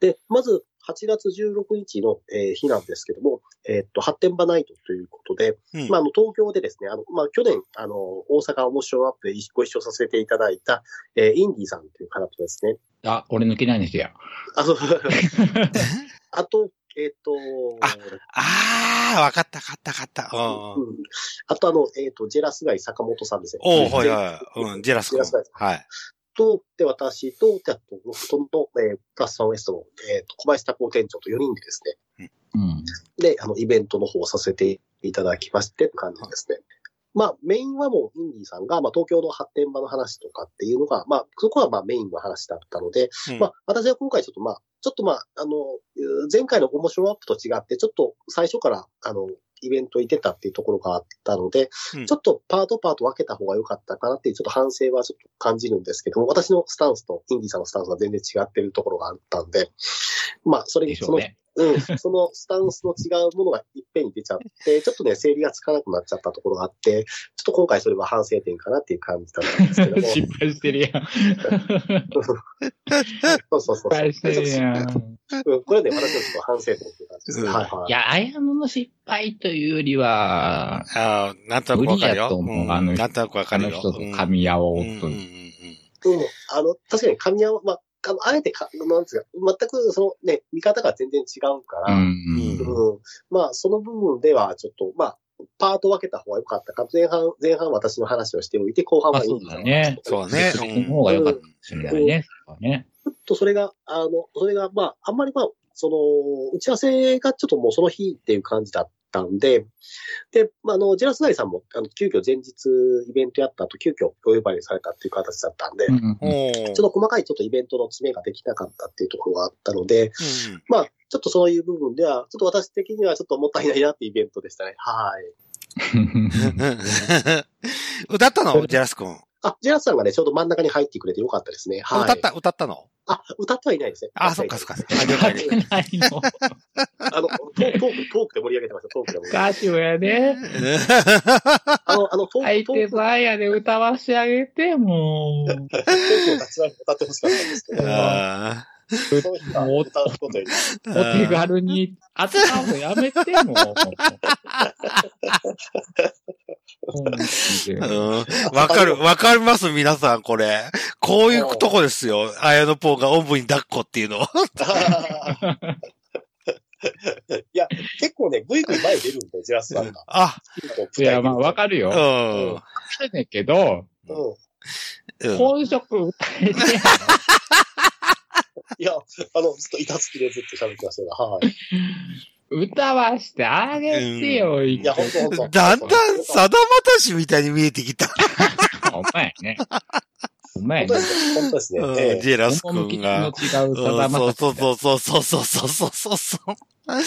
Speaker 3: で、まず、8月16日の、えー日なんですけども、えーっと、発展場ナイトということで、
Speaker 1: い。
Speaker 3: まあ、あの、東京でですね、あの、まあ、去年、あの、大阪面白アップでご一緒させていただいた、えーインディさんという方とですね、
Speaker 2: あ、俺抜けないんですよ。
Speaker 3: あ、そう、あと、えーっと、
Speaker 1: あああ、わかった、わかった、わかった。うん
Speaker 3: う。んあとあの、えっ、と、ジェラスガイ坂本さんですね。
Speaker 1: おおはい
Speaker 3: で
Speaker 1: はい。うん、ジェラス君。
Speaker 3: ジェラス
Speaker 1: はい。
Speaker 3: と、で、私と、で、あと、ロフトの、えープラスワンウエストの、えっ、と、小林多幸店長と4人でですね、
Speaker 2: うん。
Speaker 3: で、あの、イベントの方をさせていただきまして、って感じですね。まあ、メインはもう、インディさんが、まあ、東京の発展場の話とかっていうのが、まあ、そこはまあ、メインの話だったので、
Speaker 1: うん
Speaker 3: まあ、私は今回ちょっとまあ、ちょっとまあ、あの、前回の面白アップと違って、ちょっと最初から、あの、イベントに出たっていうところがあったので、
Speaker 1: うん
Speaker 3: ちょっとパートパート分けた方が良かったかなっていうちょっと反省はちょっと感じるんですけども、私のスタンスとインディさんのスタンスは全然違ってるところがあったんで、まあ、それ
Speaker 2: で
Speaker 3: に
Speaker 2: し
Speaker 3: そ
Speaker 2: ょう
Speaker 3: の、
Speaker 2: ね。
Speaker 3: うん、そのスタンスの違うものがいっぺんに出ちゃって、ちょっとね、整理がつかなくなっちゃったところがあって、ちょっと今回それは反省点かなっていう感じだったんですけども。
Speaker 2: 失敗してるやん。失
Speaker 3: そうそうそう。
Speaker 2: 敗してるや
Speaker 3: ちょっ
Speaker 2: ん。
Speaker 3: とうんこれはね、私のちょっと反省点っていう感じですね。
Speaker 1: うん
Speaker 3: はいはい
Speaker 2: い。や、綾野の失敗というよりは、
Speaker 1: ああ、なんとなくわかる
Speaker 2: 無理
Speaker 1: よ
Speaker 2: や。と
Speaker 1: う
Speaker 2: 思うんあの人
Speaker 1: なんとなくわか
Speaker 2: あの
Speaker 1: るよ。
Speaker 2: 人と
Speaker 1: うん
Speaker 2: 噛み合おう
Speaker 1: うんうんう
Speaker 2: と。
Speaker 1: ん
Speaker 3: うん、あの、確かに噛み合わ、まあ、あの、あえてか、なんですか、全くそのね、見方が全然違うか
Speaker 2: う
Speaker 3: ら、うん、
Speaker 2: ん。
Speaker 3: まあ、その部分ではちょっと、まあ、パート分けた方が良かったか、前半、前半私の話をしておいて、後半
Speaker 2: あ、
Speaker 3: はいい
Speaker 2: そうだね。
Speaker 1: そうね。
Speaker 2: そっ
Speaker 1: う
Speaker 2: ち
Speaker 1: ん
Speaker 2: の方が良かったかもしれないね。そうだね。
Speaker 3: ちょっとそれが、あの、それが、まあ、あんまりまあ、その、打ち合わせがちょっともうその日っていう感じだったんで、で、まあ、あの、ジェラスナイさんも、あの、急遽前日イベントやった後、急遽お呼ばれされたっていう形だったん
Speaker 2: う
Speaker 3: で、ち
Speaker 2: んうん
Speaker 1: お
Speaker 3: ょっと細かいちょっとイベントの詰めができなかったっていうところがあったので、
Speaker 1: ーうん
Speaker 3: まあ、ちょっとそういう部分では、ちょっと私的にはちょっともったいないなっていうイベントでしたね。は い。
Speaker 1: 歌ったのジェラス君。
Speaker 3: あ、ジェラスさんがね、ちょうど真ん中に入ってくれてよかったですね。はい。
Speaker 1: 歌った、歌ったの
Speaker 3: あ、歌ってはいないですね。
Speaker 1: あ、そっかそっか。あ了
Speaker 2: 勝
Speaker 1: 解了
Speaker 2: てないの。
Speaker 3: あの、トートーク、トークで盛り上げてました、トークで 盛り上げて
Speaker 2: 歌手やで。
Speaker 1: 解
Speaker 3: あの、あの、トーク、
Speaker 2: 相
Speaker 3: ト
Speaker 2: 手
Speaker 3: ーク
Speaker 2: ばあやで歌わしてあげて、もう。
Speaker 3: 僕を立ち上げ歌ってほしかったんですけど、
Speaker 1: あ
Speaker 3: その人が歌う ことに、
Speaker 1: ー
Speaker 2: お手軽に扱うのやめて、もう。本気で
Speaker 1: うんわかる、わかります皆さん、これ。こういうとこですよ。綾野ポーがおんぶに抱っこっていうの。
Speaker 3: いや、結構ね、ぐいぐい前に出るんで、ジェラスさんが。
Speaker 1: あ、
Speaker 2: いや、まあ、わ
Speaker 3: る。
Speaker 2: かる
Speaker 1: う
Speaker 2: よ。
Speaker 1: ん。
Speaker 2: そうやねんけど、
Speaker 3: うん。
Speaker 1: うん
Speaker 2: 本職歌えて
Speaker 3: いや、あの、ずっと板付きでずっと喋ってましたが、はい。
Speaker 2: やん、歌わしてあげてよ、い
Speaker 3: いや、ほんとほんと。
Speaker 1: だんだん、さだまたしみたいに見えてきた。
Speaker 2: お前ね。お前ね
Speaker 3: 本当で。すね。本当ですね。
Speaker 1: うん
Speaker 3: ええ
Speaker 1: ジェラス
Speaker 2: 趣
Speaker 1: 君
Speaker 2: の違
Speaker 1: が
Speaker 2: う。さ
Speaker 1: うん
Speaker 2: だま
Speaker 1: そう
Speaker 2: さ
Speaker 1: そう
Speaker 2: し
Speaker 1: そうそうそうそうそうそうそう。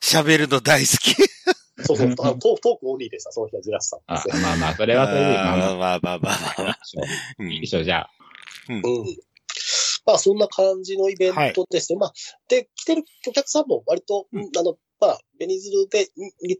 Speaker 1: 喋るの大好き。
Speaker 3: そうそう。あのトークトークオンリーでした、その日はジェラスさん
Speaker 2: あ
Speaker 3: ですね。
Speaker 2: まあまあ、それはそれで、ま
Speaker 1: あ
Speaker 2: あま
Speaker 1: ーまあまあまあまあまあ
Speaker 2: あ、
Speaker 1: うん
Speaker 2: 一緒じゃあ。
Speaker 3: うん。まあ、そんな感じのイベントですね。まあ、で、来てるお客さんも割と、うんあの、まあ、ベニズルで、にに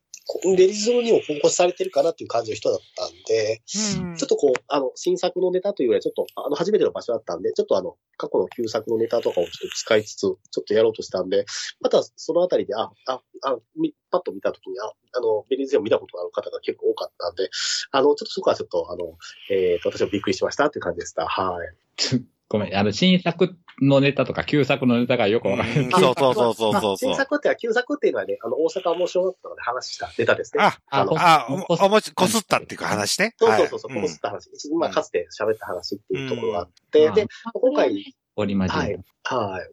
Speaker 3: レリズムにもフォーカスされてるかなっていう感じの人だったんで、
Speaker 4: うん
Speaker 3: ちょっとこう、あの、新作のネタというよりは、ちょっと、あの、初めての場所だったんで、ちょっとあの、過去の旧作のネタとかをちょっと使いつつ、ちょっとやろうとしたんで、またそのあたりで、あ、あ、あ、みパッと見たときに、あ、あの、ベリーズムを見たことがある方が結構多かったんで、あの、ちょっとそこはちょっと、あの、えーと、私もびっくりしましたっていう感じでした。はい。
Speaker 2: ごめん、あの、新作のネタとか旧作のネタがよくわからない。
Speaker 1: うんそうそうそうそうそうそ
Speaker 3: まあ新
Speaker 1: う。
Speaker 3: 作っていうのは、旧作っていうのはね、あの、大阪面白かったので話したネタですね。
Speaker 1: あ、
Speaker 2: あ
Speaker 3: の
Speaker 1: あ、
Speaker 2: こ
Speaker 1: おおもち、こすったっていうか話ね。
Speaker 3: そうそうそうそう、
Speaker 1: はい
Speaker 3: こすった話。まあ、かつて喋った話っていうところがあっ
Speaker 2: うん
Speaker 3: て、
Speaker 2: うん
Speaker 3: で、今回、
Speaker 2: 折り交じり。
Speaker 3: はい。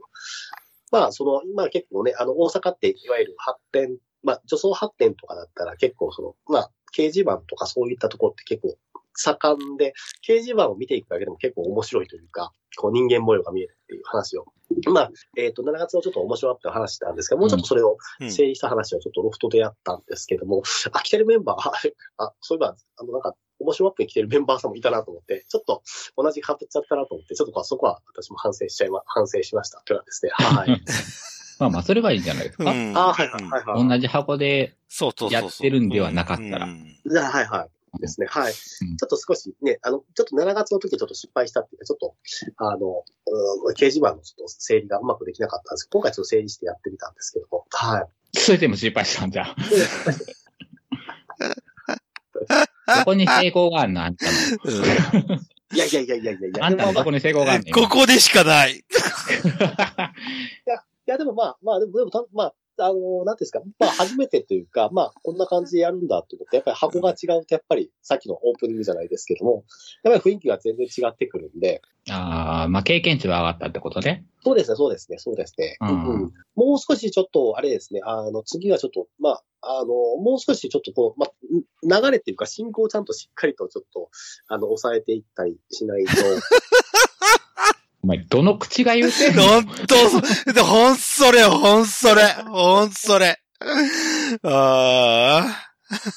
Speaker 3: まあ、その、今結構ね、あの、大阪って、いわゆる発展、まあ、女装発展とかだったら結構その、まあ、掲示板とかそういったところって結構盛んで、掲示板を見ていくだけでも結構面白いというか、こう人間模様が見えるっていう話を。まあ、えっ、と、7月のちょっと面白かった話なんですけど、もうちょっとそれを
Speaker 1: うん
Speaker 3: 整理した話をちょっとロフトでやったんですけども、あ、来てるメンバー、 ああ、そういえば、あの、なんか、面白マップに来てるメンバーさんもいたなと思って、ちょっと同じ被っちゃったなと思って、ちょっとまあそこは私も反省しちゃいま、反省しましたというのはですね。はい。
Speaker 2: まあまあ、それはいいんじゃないです
Speaker 1: う
Speaker 2: か。
Speaker 1: ん
Speaker 3: あはいはいはいはい。
Speaker 2: 同じ箱で、
Speaker 1: そうそうそうそう。
Speaker 2: やってるんではなかったら
Speaker 1: うん
Speaker 3: じゃあ、はいはい。ですね。はい。ちょっと少しね、あの、ちょっと7月の時はちょっと失敗したっていうか、ちょっと、あの、うん掲示板のちょっと整理がうまくできなかったんですけど、今回ちょっと整理してやってみたんですけども、はい。
Speaker 2: それでも失敗したんじゃん。どこに成功があんのあんたの。
Speaker 3: いやいやいやいやいやいや。
Speaker 2: あんたのどこに成功があんの
Speaker 1: ここでしかない。
Speaker 3: いや、でもまあ、まあ、でも、でもた、まあ、あのなんていうんですか、まあ、初めてというか、まあ、こんな感じでやるんだと思って、やっぱり箱が違うと、やっぱり、さっきのオープニングじゃないですけども、やっぱり雰囲気が全然違ってくるんで、
Speaker 2: ああ、まあ経験値は上がったってことね。
Speaker 3: そうですね、そうですね、そうですね。
Speaker 2: うん
Speaker 3: もう少しちょっと、あれですね、あの、次はちょっと、まあ、あの、もう少しちょっとこう、まあ、ん流れっていうか、進行をちゃんとしっかりとちょっと、あの、抑えていったりしな いと、
Speaker 2: お前、どの口が言うてんの
Speaker 1: ほんと、ほんそれ、ほんそれ、ほんそれ。あ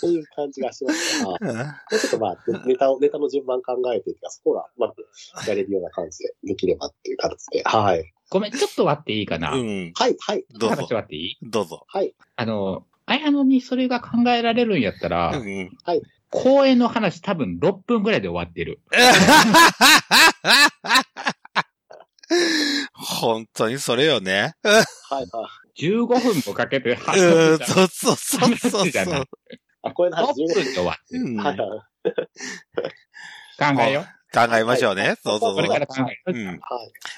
Speaker 3: という感じがしますから、も
Speaker 1: あ。
Speaker 3: うちょっとまあ、ネネタを、ネタの順番考えていか、そこが、まあ、やれるような感じでできればっていう形で、はい。
Speaker 2: ごめん、ちょっと割っていいかな。
Speaker 1: うん。
Speaker 3: はい、はい、
Speaker 1: どう
Speaker 2: 話
Speaker 1: ぞ。
Speaker 2: 割っていい
Speaker 1: どうぞ。
Speaker 3: はい。
Speaker 2: あの、あやのにそれが考えられるんやったら、
Speaker 1: うん。
Speaker 2: 公演の話多分6分ぐらいで終わってる。
Speaker 1: 本当にそれよね。
Speaker 3: はい、はい。
Speaker 2: 15分もかけて
Speaker 1: う
Speaker 2: 話
Speaker 1: ん、
Speaker 2: した
Speaker 1: そうそうそうそう
Speaker 2: じゃ
Speaker 1: そ
Speaker 2: な
Speaker 1: う
Speaker 2: い。
Speaker 3: あ、これの話
Speaker 2: 6
Speaker 3: 15
Speaker 2: 分で終わって
Speaker 1: う
Speaker 2: る。
Speaker 1: ん。
Speaker 3: はい、
Speaker 1: 考
Speaker 3: はい。
Speaker 2: 考えよう。
Speaker 1: えましょうね。そうそうそ
Speaker 2: これ
Speaker 1: う
Speaker 2: から考えよう。
Speaker 1: うん。
Speaker 3: はい。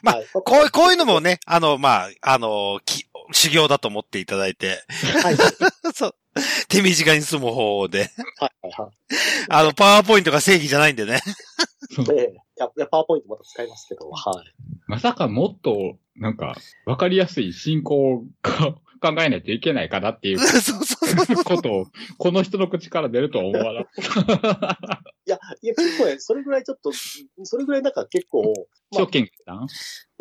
Speaker 1: まあ
Speaker 3: はい、
Speaker 1: こう、こういうのもね、あの、まあ、あの、き、修行だと思っていただいて、
Speaker 3: はい、はい、
Speaker 1: そう。手短に済む方法で。
Speaker 3: はい、は
Speaker 1: あの、パワーポイントが正義じゃないんで ね。
Speaker 3: い。ええや、や、パワーポイントまた使いますけど、はい。
Speaker 2: まさかもっと、なんか、わかりやすい進行をか考えないといけないかなっ ていう
Speaker 1: そうそうそうそう。
Speaker 2: ことを、この人の口から出るとは思わなかった
Speaker 3: いや、いや、結構ね、それぐらいちょっと、それぐらいなんか結構、ま
Speaker 2: ショッキングだな
Speaker 3: あ、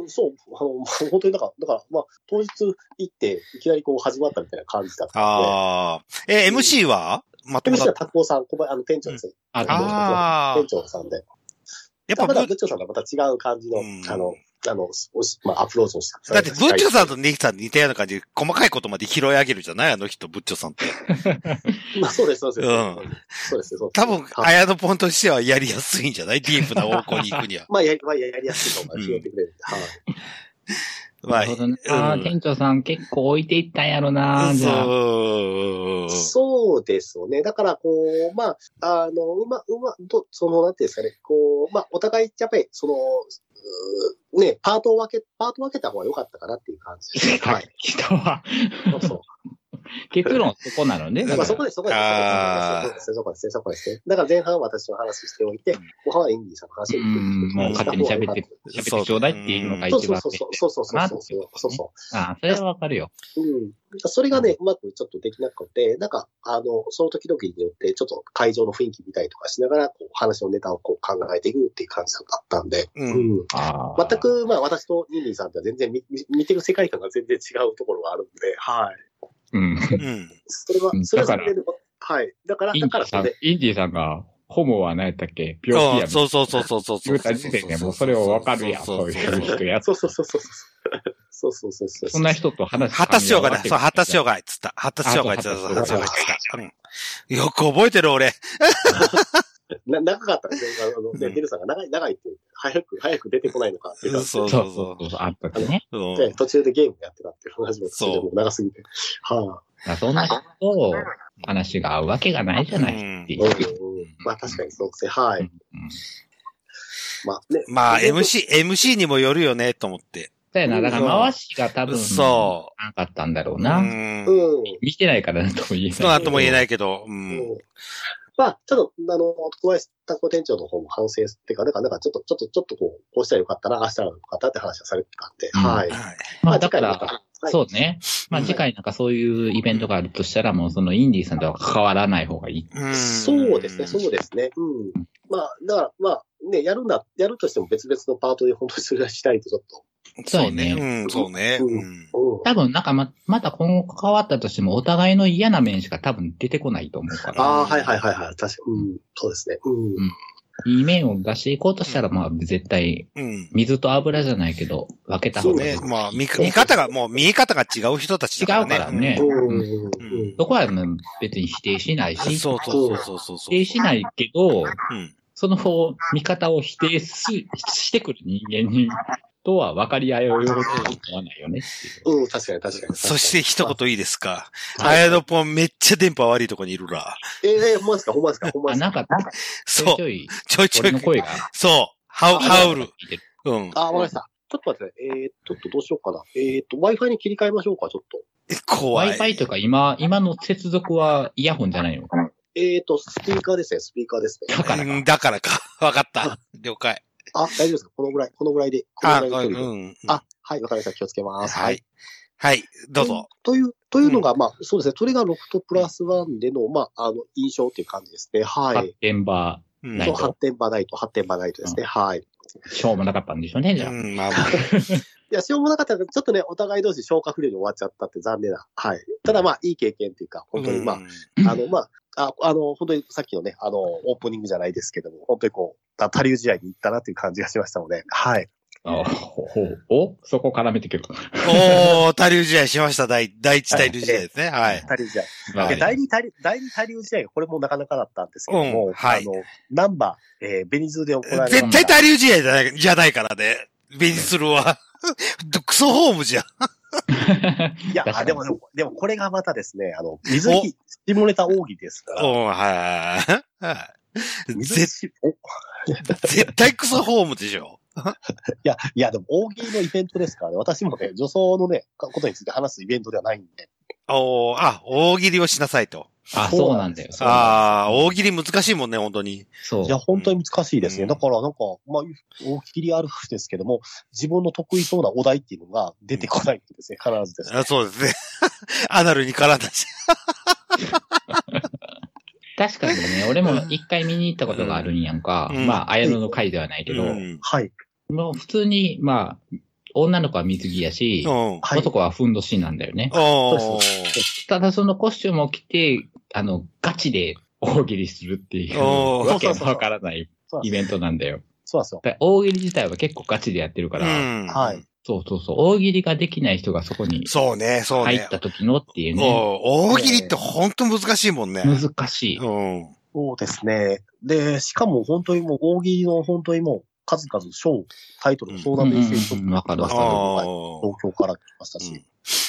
Speaker 3: そう、あの、本当になんか、だから、まあ、当日行って、いきなりこう始まったみたいな感じだったん
Speaker 1: ああ。え、MC はま
Speaker 3: で。
Speaker 1: と
Speaker 3: で
Speaker 1: もだ
Speaker 3: も
Speaker 1: っ
Speaker 3: は
Speaker 1: た。
Speaker 3: 拓夫さん、小林、あの、店長ですね。
Speaker 2: あ
Speaker 3: あ
Speaker 2: の
Speaker 1: ああ
Speaker 3: 店。長さんで。
Speaker 1: やっぱ
Speaker 3: ま
Speaker 1: ブ
Speaker 3: だ、
Speaker 1: ッ、
Speaker 3: 部長さんがまた違う感じの、
Speaker 1: うん
Speaker 3: あの、あの、おしまあ、アプローチをした。
Speaker 1: だって、ブッチョさんとネギさん似たような感じで、細かいことまで拾い上げるじゃないあの人、ブッチョさんって。
Speaker 3: まあ、そうです、そうです。
Speaker 1: うん
Speaker 3: そうです、そうです。
Speaker 1: 多分、
Speaker 3: はい。
Speaker 1: 綾野ポンとしてはやりやすいんじゃないディープな方向に行くには
Speaker 3: まあ、やり、まあ、やりやすいと思う。拾ってくれるんで。はい。
Speaker 1: ま
Speaker 2: なるほどな
Speaker 1: うん
Speaker 2: 店長さん結構置いていったんやろ
Speaker 1: あ、
Speaker 2: なじゃあ。
Speaker 1: そう。
Speaker 3: そうですよね。だから、こう、まあ、あの、うま、うま、と、その、なんていうんですかね、こう、まあ、お互い、やっぱり、その、うーね、パートを分け、パート分けた方が良かったかなっていう感じです。はい。
Speaker 2: 人 は、
Speaker 3: そうそ
Speaker 2: 結論そこなのね。
Speaker 3: う。
Speaker 2: だ
Speaker 3: ま
Speaker 2: か
Speaker 3: あ、そこ
Speaker 2: ら
Speaker 3: です、そこです。
Speaker 1: あー
Speaker 3: そこです、そこですね。だから前半は私の話しておいて、後半はインディーさんの話
Speaker 2: う
Speaker 3: を
Speaker 2: ん、もう勝手に喋って、喋ってちょうだいっていうのが
Speaker 3: そう
Speaker 2: 一
Speaker 3: そう
Speaker 2: 番
Speaker 3: そうそうそうそうそうそうそうそう。
Speaker 2: ああ、それはわかるよ。
Speaker 3: うん。それがね、うまくちょっとできなくて、なんか、あの、その時々によって、ちょっと会場の雰囲気見たりとかしながら、こう、話のネタをこう考えていくっていう感じだったんで、
Speaker 1: う。
Speaker 3: うんん。
Speaker 2: ああ。
Speaker 3: 全。く、まあ、私とニーニーさんとは全然見、見見てる世界観が全然違うところがあるんで、はい。
Speaker 2: うん。
Speaker 1: うん。
Speaker 3: それは
Speaker 2: う、ん
Speaker 3: それはそ
Speaker 2: だから
Speaker 3: れで、はい。だから、
Speaker 2: イン
Speaker 3: だ
Speaker 2: デ
Speaker 3: か
Speaker 2: ィ
Speaker 3: ら
Speaker 2: ーさ
Speaker 3: そ
Speaker 2: ん
Speaker 3: れで、、
Speaker 2: インディーさんが、ホモは何やったっけ病気や
Speaker 1: あ
Speaker 2: みたいな
Speaker 1: そうそうそうそうそうそう。
Speaker 2: 言うた時点でもうそれをわかるやん、そういう人やつ。
Speaker 3: そうそうそうそうそう。そうそうそうそう。
Speaker 2: そんな人と話
Speaker 1: 発達障害
Speaker 2: だ。
Speaker 1: だ。そう、発達障害っつった。発達障害っつった。
Speaker 2: あ
Speaker 1: 発
Speaker 2: そう
Speaker 1: 達障害っつった。うんよく覚えてる俺。
Speaker 3: な長かったね。あのね、
Speaker 1: うん
Speaker 3: デルさんが長い、長いって、早く、早く出てこないのかって
Speaker 1: そうそう
Speaker 2: そ
Speaker 1: そう
Speaker 2: そう
Speaker 1: う
Speaker 2: そうそう、あったってね。
Speaker 1: そう。
Speaker 3: で途中でゲームやってたっていう話も
Speaker 1: そう
Speaker 3: もう長すぎて。はあ。
Speaker 2: まあそんな人と話が合うわけがないじゃないっていう
Speaker 3: うん。うんまあ確かにそうですね。はい。
Speaker 2: うんうん
Speaker 3: まあね。
Speaker 1: まあ、MC、MC にもよるよね、と思って。
Speaker 2: そうやな。だから回しが多分、
Speaker 1: そ
Speaker 2: なかったんだろう
Speaker 1: う。
Speaker 2: な。
Speaker 1: ん
Speaker 3: うん。
Speaker 2: 見てないからなんとも言えない。。
Speaker 1: そうなんとも言えないいけど、うん。
Speaker 3: うんまあ、ちょっと、あの、小林拓保店長の方も反省っていうか、なんか、なんか、ちょっと、ちょっと、ちょっとこう、こうしたらよかったな、ああしたらよかったって話はされてたんで、
Speaker 2: うん
Speaker 3: はい。
Speaker 1: はい
Speaker 2: まあだか
Speaker 3: 次回
Speaker 2: ら、
Speaker 3: またはい
Speaker 2: そうね。まあ次回なんかそういうイベントがあるとしたら、もうそのインディーさんとは関わらない方がいい。
Speaker 1: うん
Speaker 3: そうですね、そうですね。うん。まあ、だから、まあ、ね、やるんだ、やるとしても別々のパートに本当にそれはしないと、ちょっ
Speaker 1: そうね。
Speaker 2: そう
Speaker 1: うん、そうね。
Speaker 3: うん
Speaker 1: うん
Speaker 3: と。うん。
Speaker 2: 多分なんかま、また今後関わったとしても、お互いの嫌な面しか多分出てこないと思うから、
Speaker 3: ああ、はいはいはいはい。確かに。うん。そうですね。うん。
Speaker 2: いい面を出していこうとしたら、まあ絶対、
Speaker 1: うん。
Speaker 2: 水と油じゃないけど、分けた
Speaker 1: そ
Speaker 2: 方
Speaker 1: う
Speaker 2: がいい。
Speaker 1: ね。まあ、見か見方が、もう見え方が違う人たちだからね。
Speaker 2: 違うからね
Speaker 3: うん。
Speaker 2: うん
Speaker 3: うんうん。
Speaker 2: そこはうん別に否定しない
Speaker 1: うん
Speaker 2: し、
Speaker 1: そうそうそうそうそう
Speaker 2: 否
Speaker 1: そう。
Speaker 2: 定しないけど、
Speaker 1: うん。
Speaker 2: その方、見方を否定ししてくる人間に、とは分かり合いをようとはないよねっていう。
Speaker 3: うん、確かに確かに。
Speaker 1: そして一言いいですか。
Speaker 3: は
Speaker 1: あ
Speaker 3: い
Speaker 1: やのぽんめっちゃ電波悪いとこにいるら。
Speaker 3: ええええほんまですか、ほんまですか、ほんま
Speaker 2: あ、
Speaker 3: です
Speaker 2: な
Speaker 3: か。
Speaker 2: んか、なんかち
Speaker 1: そ
Speaker 2: ょいうち。
Speaker 1: ち
Speaker 2: ょい、
Speaker 1: ょいちょ
Speaker 2: 俺の
Speaker 1: い。
Speaker 2: 声が。
Speaker 1: そう。ハウ、ハウル。うん。
Speaker 3: あ、わかりました。ちょっと待ってね。えー、ちょっとどうしようかな。えーっと、Wi-Fi に切り替えましょうか、ちょっと。
Speaker 1: 怖い。
Speaker 2: Wi-Fi というか、今、今の接続はイヤホンじゃないのかな
Speaker 3: えーっと、スピーカーですね、スピーカーですね。
Speaker 2: だから
Speaker 1: う
Speaker 2: か
Speaker 1: ん。だからか。わかった。了解。
Speaker 3: あ、大丈夫ですかこのぐらい、このぐらいで。こ
Speaker 1: あ、
Speaker 3: の
Speaker 1: う
Speaker 3: ぐらいの距離で。
Speaker 1: ん。
Speaker 3: あ、はい、わかりました。気をつけます。
Speaker 1: は。い。はい。どうぞ。
Speaker 3: という、というのが、まあ、そうですね。それがロフトプラスワンでの、まあ、あの、印象っていう感じですね。は
Speaker 2: 発
Speaker 3: い。
Speaker 2: 展場、
Speaker 1: うん
Speaker 2: な
Speaker 3: そ、
Speaker 2: いうと
Speaker 3: 発展場ナイト、発展場ナイトですね。はい。い
Speaker 2: しょうもなかったんでしょうね、じゃあ。
Speaker 1: うん、まあま
Speaker 3: や、しょうもなかったけど、ちょっとね、お互い同士消化不良に終わっちゃったって残念な。はい。ただまあ、いい経験っていうか、
Speaker 1: あ。
Speaker 3: 本当にまあ、
Speaker 2: うん
Speaker 3: あの、まあ、ああの、本当にさっきのね、あの、オープニングじゃないですけども、本当にこう、だ他流試合に行ったなっていう感じがしましたので、はい。
Speaker 2: あほほおそこ絡めてくる。
Speaker 1: おー、多流試合しました。第、第一多流試合ですね。はい。
Speaker 3: 他流試合。
Speaker 1: は
Speaker 3: で
Speaker 1: い
Speaker 3: 第二大流、第二大流試合がこれもなかなかだったんですけども、
Speaker 1: うんはい
Speaker 3: あの、ナンバー、えーベニズで行われ
Speaker 1: 絶対多流試合じゃないじゃないからね。ベニスルは。 クソホームじゃん。
Speaker 3: いや、あでも、でも、でもこれがまたですね、あの、水着、下ネタ奥義ですから、
Speaker 1: うん、はいはい。
Speaker 3: 水
Speaker 1: 絶
Speaker 3: 着、おい
Speaker 1: 絶対クソホームでしょ。
Speaker 3: や、いや、でも、奥義のイベントですからね、私もね、女装のね、ことについて話すイベントではないんで、
Speaker 1: おーあ、大喜利をしなさいと。
Speaker 2: あ、そうなんだよ。そうなんだ
Speaker 1: あ
Speaker 2: よ
Speaker 1: あ、大喜利難しいもんね、本当に。
Speaker 2: そ
Speaker 3: いや、
Speaker 2: う。
Speaker 3: 本当に難しいですね。
Speaker 1: うん
Speaker 3: だから、なんか、まあ、大きりあるんですけども、自分の得意そうなお題っていうのが出てこないんですね、必ずですね。
Speaker 1: あそうですね。 アナルに絡んだし。
Speaker 2: 確かにね、俺も一回見に行ったことがあるんやんか。
Speaker 1: うん
Speaker 2: まあ、綾野の会ではないけど、
Speaker 1: うん。
Speaker 3: はい。
Speaker 2: もう普通に、まあ、女の子は水着やし、
Speaker 1: うん。
Speaker 3: はい。
Speaker 2: 男はふんどしなんだよね。
Speaker 1: おー
Speaker 2: ただそのコスチュームを着て、あの、ガチで大喜利するっていう、
Speaker 1: おー
Speaker 2: わけのわからない
Speaker 3: そうなん
Speaker 2: イ
Speaker 3: です
Speaker 2: ベントなんだよ。
Speaker 3: そうなんですよ。
Speaker 2: だから大喜利自体は結構ガチでやってるか
Speaker 1: う
Speaker 2: ら、
Speaker 1: ん。
Speaker 3: はい。
Speaker 2: そうそうそう、大喜利ができない人がそこに
Speaker 1: そうね、そう
Speaker 2: 入
Speaker 1: ね
Speaker 2: っ。た時のっていうね、
Speaker 1: お大喜利って本当難しいもんね。
Speaker 2: 難しい。
Speaker 1: うん。
Speaker 3: そうですね。で、しかも本当にもう、大喜利の本当にもう、数々賞、タイトルの相談メッセージ
Speaker 2: うんうんうんわかるわ
Speaker 1: あ
Speaker 2: か
Speaker 3: 東
Speaker 2: る
Speaker 1: ー
Speaker 3: 京から来ました
Speaker 1: うん
Speaker 3: し。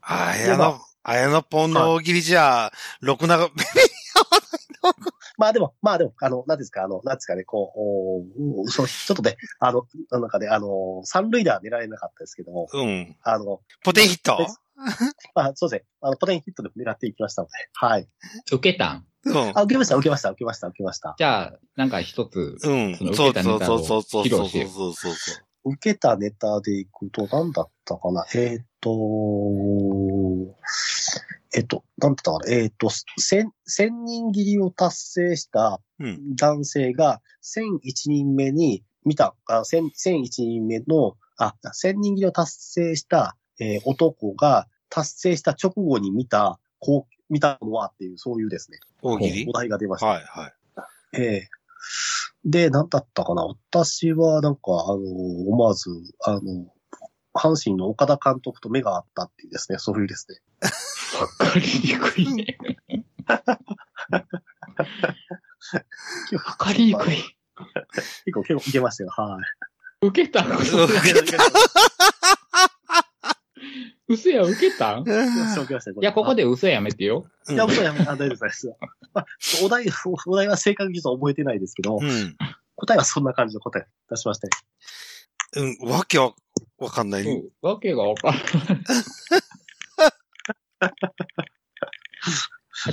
Speaker 1: あ
Speaker 3: で
Speaker 1: や
Speaker 3: は
Speaker 1: の、あやのぽんの大喜利じゃ、ろくなが、
Speaker 3: まあでも、まあでも、あの、なんですか、あの、なんですかね、こう、おーうんそうちょっとね、あの、なんかね、あの、三塁打は狙えなかったですけども、
Speaker 1: うん。
Speaker 3: あの、
Speaker 1: ポテンヒット
Speaker 3: です まあ、そうですね、あの、ポテンヒットでも狙っていきましたので、はい。
Speaker 2: 受けたん
Speaker 1: うん。
Speaker 3: あ、受けました、受けました、受けました、受けました。
Speaker 2: じゃあ、なんか一つ、
Speaker 1: うん。
Speaker 2: その
Speaker 1: そ
Speaker 2: 受
Speaker 1: う
Speaker 2: けた
Speaker 1: そ
Speaker 2: ネ
Speaker 1: う
Speaker 2: タ
Speaker 1: そ
Speaker 2: を
Speaker 1: うそうそう
Speaker 2: 披
Speaker 1: そう
Speaker 2: 露して
Speaker 1: そう
Speaker 2: よ
Speaker 1: そうそう。
Speaker 3: 受けたネタでいくと、何だったかなえーっ、と、えっ、と、何だったかなえーっ、と、千、千人切りを達成した
Speaker 1: うん。
Speaker 3: 男性が、千一人目に見た、あ千、千一人目の、あ、千人切りを達成した、えー男が、達成した直後に見た、こう、見たのはっていう、そういうですね、
Speaker 1: 大喜利
Speaker 3: お題が出ました。
Speaker 1: はい はい。
Speaker 3: ええで、何だったかな私は、なんか、あの、思わず、あの、阪神の岡田監督と目が合ったっていうですね、そういうですね。
Speaker 2: わかりにくいね。わかりにくい。
Speaker 3: 結構、結構受けましたよ、はい。
Speaker 2: 受けたん嘘や、受けたん
Speaker 3: 受けました、受けました。
Speaker 2: いや、ここで嘘やめてよ。
Speaker 1: う
Speaker 3: い
Speaker 1: ん
Speaker 3: や、僕はやめあ大丈夫です。まあお題、お題は正確にちょっと覚えてないですけど、
Speaker 1: うん。
Speaker 3: 答えはそんな感じの答え出しましたね。
Speaker 1: うん、わけわわかんない。
Speaker 2: うんわけが わからない。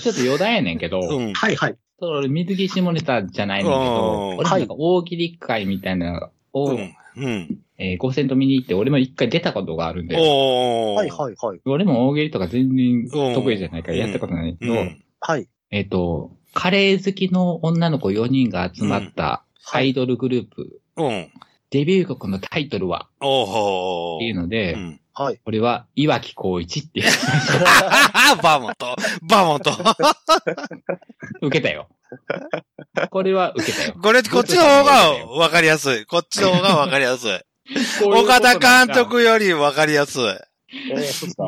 Speaker 2: ちょっと余談やねんけど、
Speaker 1: うん。
Speaker 3: はいはい。
Speaker 2: それ俺水着下ネタじゃないねんだけど
Speaker 1: う、ん
Speaker 2: 俺なんか大喜利会みたいなのを、
Speaker 1: うん。うん。
Speaker 2: えー、5セント見に行って、俺も一回出たことがあるんだよ。
Speaker 1: おー。
Speaker 3: はいはいはい。
Speaker 2: 俺も大喜利とか全然得意じゃないからやったことないけ
Speaker 1: う
Speaker 2: ど、
Speaker 1: ん。
Speaker 3: はい。
Speaker 2: えっ、と、カレー好きの女の子4人が集まったアイドルグループ、
Speaker 1: うん。
Speaker 2: デビュー曲のタイトルは
Speaker 1: おー。
Speaker 2: っていうので、
Speaker 1: うん。
Speaker 3: はい。
Speaker 2: 俺は岩木光一っていう
Speaker 1: あーバーモントバーモント
Speaker 2: 受け たよ。これは受けたよ。
Speaker 1: これ、こっちの方がわかりやすい。こっちの方がわかりやすい。
Speaker 2: こういうこ
Speaker 1: 岡
Speaker 2: となんだ
Speaker 1: 田監。督よりわかりやすい。う
Speaker 3: えー、そうですか。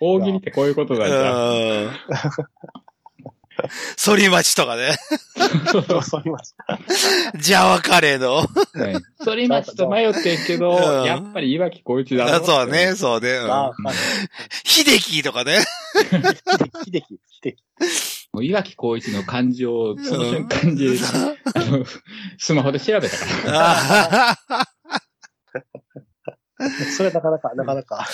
Speaker 2: 大喜利ってこういうことなんだ。
Speaker 1: ーん。反町とか ね。
Speaker 3: そうそう言います。
Speaker 1: ジャワカレーの。
Speaker 2: はい それ今ちょっと迷ってんけ ど、
Speaker 1: うん
Speaker 2: やっぱり岩木光一だ
Speaker 1: あ
Speaker 2: な。
Speaker 1: そうね、。そうね。うん
Speaker 3: ああ、
Speaker 1: 秀樹とかね。
Speaker 3: 秀樹、秀樹。
Speaker 2: もう岩木光一の感じを、その瞬間で、 あのスマホで調べたから。
Speaker 1: あー
Speaker 3: それはなかなか、なかなか。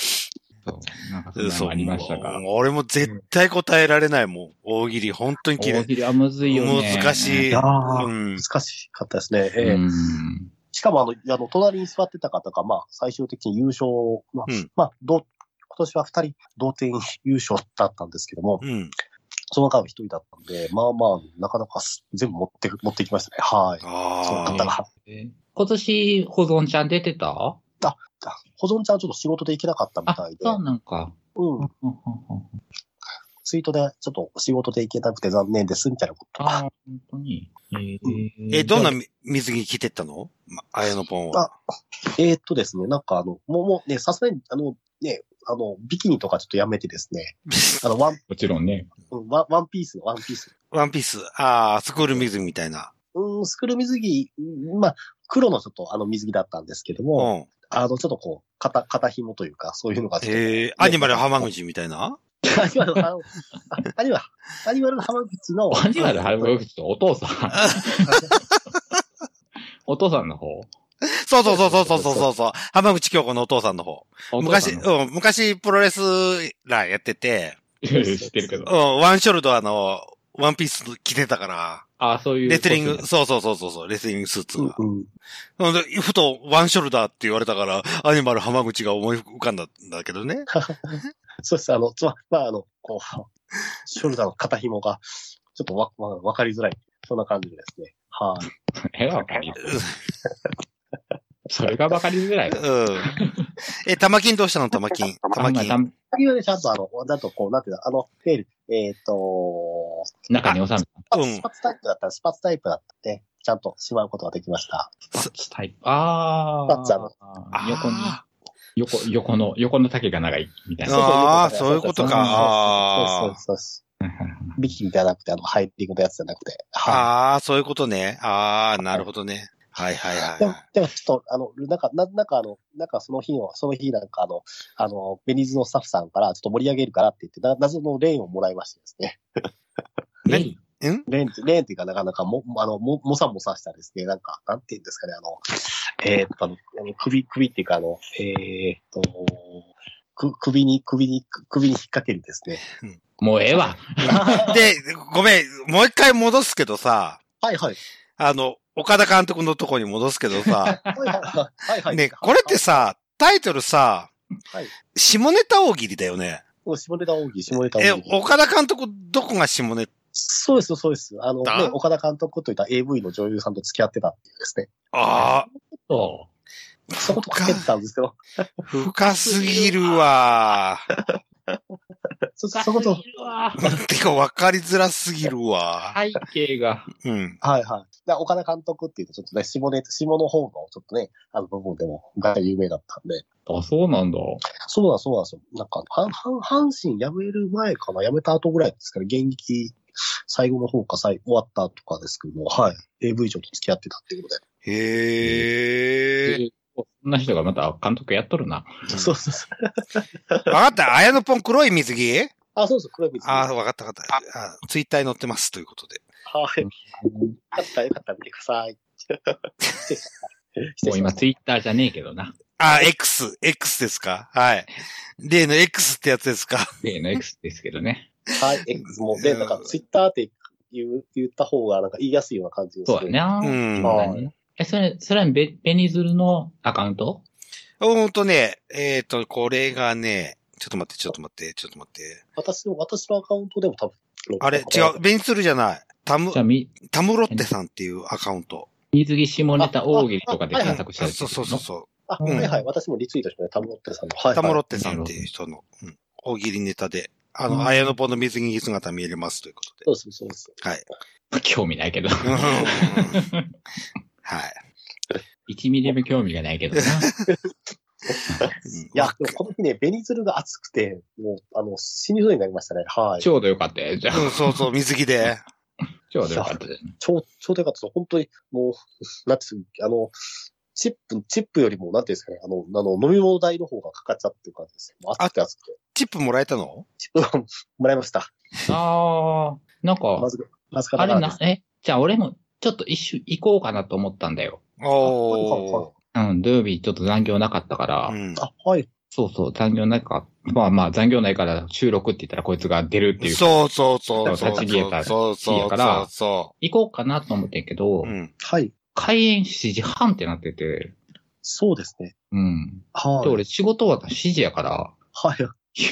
Speaker 2: そうなんかそんなのありましたが。
Speaker 1: もう俺も絶対答えられないもん。大喜利、本当に嫌
Speaker 2: 大
Speaker 1: い。
Speaker 2: 喜利はむずいよね。
Speaker 1: 難しい。
Speaker 3: ああ
Speaker 1: う、ん。
Speaker 3: 難しかったですね。えー
Speaker 2: うん。
Speaker 3: しかもあの、あの、隣に座ってた方が、まあ、最終的に優勝、まあ、
Speaker 1: うん
Speaker 3: まあ、ど今年は二人同点優勝だったんですけども、
Speaker 1: うん。
Speaker 3: その間は一人だったんで、まあまあ、なかなかす全部持って、持ってきましたね。はい。その
Speaker 1: あ
Speaker 3: 方が。
Speaker 2: え今年、保存ちゃん出てた
Speaker 3: 保存ちゃんちょっと仕事で行けなかったみ
Speaker 2: あ
Speaker 3: たい、で、
Speaker 2: そうなんか。
Speaker 3: うん。ツイートでちょっと仕事で行けなくて残念です、みたいなこと。
Speaker 2: ああ、本当に。えー
Speaker 1: ーえ、どんなみ水着着てったのまあやのぽんは。
Speaker 3: えーっとですね、なんかあの、もう、もうね、さすがに、あの、ね、あの、ビキニとかちょっとやめてですね、あの、ワン、
Speaker 2: もちろんね。
Speaker 3: うんワンワンピースの、ワンピース
Speaker 1: ワンピース。ああ、スクール水着みたいな。
Speaker 3: うん、スクール水着、うんまあ、黒のちょっとあの水着だったんですけど
Speaker 1: う
Speaker 3: も、
Speaker 1: ん。
Speaker 3: あの、ちょっとこう、肩、肩紐というか、そういうのがちょっと。
Speaker 1: ええ、アニマル浜口みたいな
Speaker 3: アニマルの、アニマル、アニマルの浜口の、
Speaker 2: アニマル浜口とお父 さん。お父さんの方
Speaker 1: そうそうそうそうそうそうそうそう。浜口京子のお父さんの方。
Speaker 2: お父さ
Speaker 1: 昔、
Speaker 2: んの
Speaker 1: うん、昔プロレスラーやってて、
Speaker 2: 方知ってるけ
Speaker 1: うん、
Speaker 2: ど。
Speaker 1: ワンショルドあの、ワンピース着てたから、
Speaker 2: ああ、そういう。
Speaker 1: レスリング、。そうそうそうそうそう、レスリングスーツが。
Speaker 3: うんうん
Speaker 1: ほんでふと、ワンショルダーって言われたから、アニマル浜口が思い浮かんだんだけどね。
Speaker 3: そうです、あの、つま、まあ、あの、こう、ショルダーの肩紐が、ちょっとわ、わわかりづらい。そんな感じでですね。はい、
Speaker 2: え、わかりづらい。それがわかりづらいわ。
Speaker 1: うん。え、玉金どうしたの玉金。玉
Speaker 2: あん
Speaker 1: 金。
Speaker 2: ま
Speaker 3: 次はね、ちゃんとあの、だとこう、なんていうの、あの、いわゆるえっ、と、ス
Speaker 2: 中に収めた。
Speaker 3: パ
Speaker 1: うん
Speaker 3: スパッツタイプだったら、スパッツタイプだったんで、ちゃんとしまうことができました。
Speaker 2: タイプ。あ
Speaker 3: パッツァの
Speaker 2: あ。横に、横、横の、横の丈が長い、みたいな。
Speaker 1: ああ、そういうことか。
Speaker 3: そ
Speaker 1: あ
Speaker 3: う
Speaker 1: ー
Speaker 3: そうそう。ビキニじゃなくて、あの、ハイリングのやつじゃなくて。は
Speaker 1: あー、そういうことね。ああ、なるほどね。はいはい
Speaker 3: い。でも
Speaker 1: は、
Speaker 3: でもちょっと、あの、なんか、ななんかあの、なんかその日の、その日なんかあの、あの、ベニズのスタッフさんから、ちょっと盛り上げるからって言って、な謎のレーンをもらいましてですね。
Speaker 1: ね
Speaker 3: レーンって、レーンっていうかなかなかも、あの、も、もさもさしたですね、なんか、なんて言うんですかね、あの、えーっと、あの、あの首、首っていうか、あの、えーっと、く首に、首に、首に引っ掛けるですね。
Speaker 2: もうええわ。
Speaker 1: い。で、ごめん、もう一回戻すけどさ、
Speaker 3: はいはい。
Speaker 1: あの、岡田監督のとこに戻すけどさ、
Speaker 3: はいはい。 はいはい。
Speaker 1: ね、これってさ、タイトルさ、
Speaker 3: はい
Speaker 1: 下ネタ大喜利だよね。
Speaker 3: もう下ネタ奥義、下ネタ奥
Speaker 1: え、
Speaker 3: 義。
Speaker 1: 岡田監督、どこが下ネタ
Speaker 3: そうです、そうです。あの、
Speaker 1: だ
Speaker 3: ね、岡田監督といった AV の女優さんと付き合ってたっていうですね。
Speaker 1: あ
Speaker 2: そ
Speaker 3: そことかけてたんですけど、
Speaker 1: あ、深すぎるわ。
Speaker 3: そ、そこと、
Speaker 1: てか分かりづらすぎるわ。
Speaker 2: 背景が。
Speaker 1: うん。
Speaker 3: はいはい。だ岡田監督っていうと、ちょっとね、下ネタ、下の方の、ちょっとね、あの部分でも、が有名だったんで。
Speaker 2: あ、そうなんだ。
Speaker 3: そうなんそうなんですよ。なんか、はんはん阪神辞める前かな、辞めた後ぐらいですから、現役、最後の方か、最終わったとかですけども、はい。AV 上と付き合ってたっていうこと
Speaker 1: へえ。
Speaker 2: そんな人がまた監督やっとるな。
Speaker 3: で。そうそうそう。
Speaker 1: 分かった。綾野ポン黒い水着
Speaker 3: あ、そうそう、黒水。
Speaker 1: ああ、
Speaker 3: は
Speaker 1: 分かった分かった。あツイッターに載ってますということで。
Speaker 3: い。よかった、よかった、見てください。失礼し
Speaker 2: もう
Speaker 3: ました
Speaker 2: 今ツイッターじゃねえけどな。
Speaker 1: あ、X、X ですかはい。例の X ってやつですか
Speaker 2: 例の X ですけどね。
Speaker 3: はい、X も。で、なんか、ツイッターって言う言った方が、なんか言いやすいような感じです
Speaker 2: そうや。な。
Speaker 1: うん。
Speaker 3: あ
Speaker 2: え、それ、それはベベニズルのアカウント
Speaker 1: ほんとね、えっ、と、これがね、ちょっと待って、ちょっと待って、ちょっと待って。
Speaker 3: 私の、私のアカウントでも多分。
Speaker 1: あれ、違う、。ベニツルじゃない。タム
Speaker 2: じゃ、あ、み、
Speaker 1: タムロッテさんっていうアカウント。
Speaker 2: 水着下ネタ大喜利とかで検索した
Speaker 1: あ
Speaker 2: り
Speaker 1: そうそうそうそう。
Speaker 3: あ、
Speaker 1: うん
Speaker 3: はいはい。私もリツイートしましたね。タムロッテさんの。はい、はい。
Speaker 1: タモロッテさんっていう人の、うん、大喜利ネタで、あ
Speaker 2: うん
Speaker 1: の、綾野ポの水着姿見えれますということで。
Speaker 3: そうです、そうです。
Speaker 1: はい。
Speaker 2: 興味ないけど。
Speaker 1: うんはい。
Speaker 2: 1ミリも興味がないけどな。
Speaker 1: うん
Speaker 3: いや、でもこの日ね、ベニズルが熱くて、もう、あの、死にそうになりましたね。はい。
Speaker 2: ちょうどよかったよ。じゃあ、
Speaker 1: うん、そうそう、水着で。
Speaker 2: ちょうどよかったじゃん。
Speaker 3: ちょう、ちょうどよかったです。本当に、もう、なんていうんですかあの、チップ、チップよりも、なんていうんですかね、あの、あの飲み物代の方がかかっちゃってる感じです。もう熱くて熱くて。
Speaker 1: チップもらえたの
Speaker 3: チップはもらいました。
Speaker 2: あー、なん
Speaker 3: ま
Speaker 2: か、
Speaker 3: ず、まずか
Speaker 2: あ
Speaker 3: った
Speaker 2: れ
Speaker 3: です
Speaker 2: な、え、じゃあ俺もちょっと一周行こうかなと思ったんだよ。
Speaker 1: おー。
Speaker 2: うん、土曜日ちょっと残業なかったから、
Speaker 1: うん。
Speaker 3: あ、はい。
Speaker 2: そうそう、残業ないか、まあまあ残業ないから収録って言ったらこいつが出るっていう。
Speaker 1: そうそうそうそう。
Speaker 2: 立ち消えた
Speaker 1: そうそう
Speaker 2: だから
Speaker 1: そ
Speaker 2: 行こうかなと思ってんけど、
Speaker 1: う。うん。
Speaker 3: はい。
Speaker 2: 開演7時半ってなってて、
Speaker 3: そうですね。
Speaker 2: うん。
Speaker 3: は
Speaker 2: で、
Speaker 3: い。
Speaker 2: 俺仕事終わったら7時やから、
Speaker 3: はい。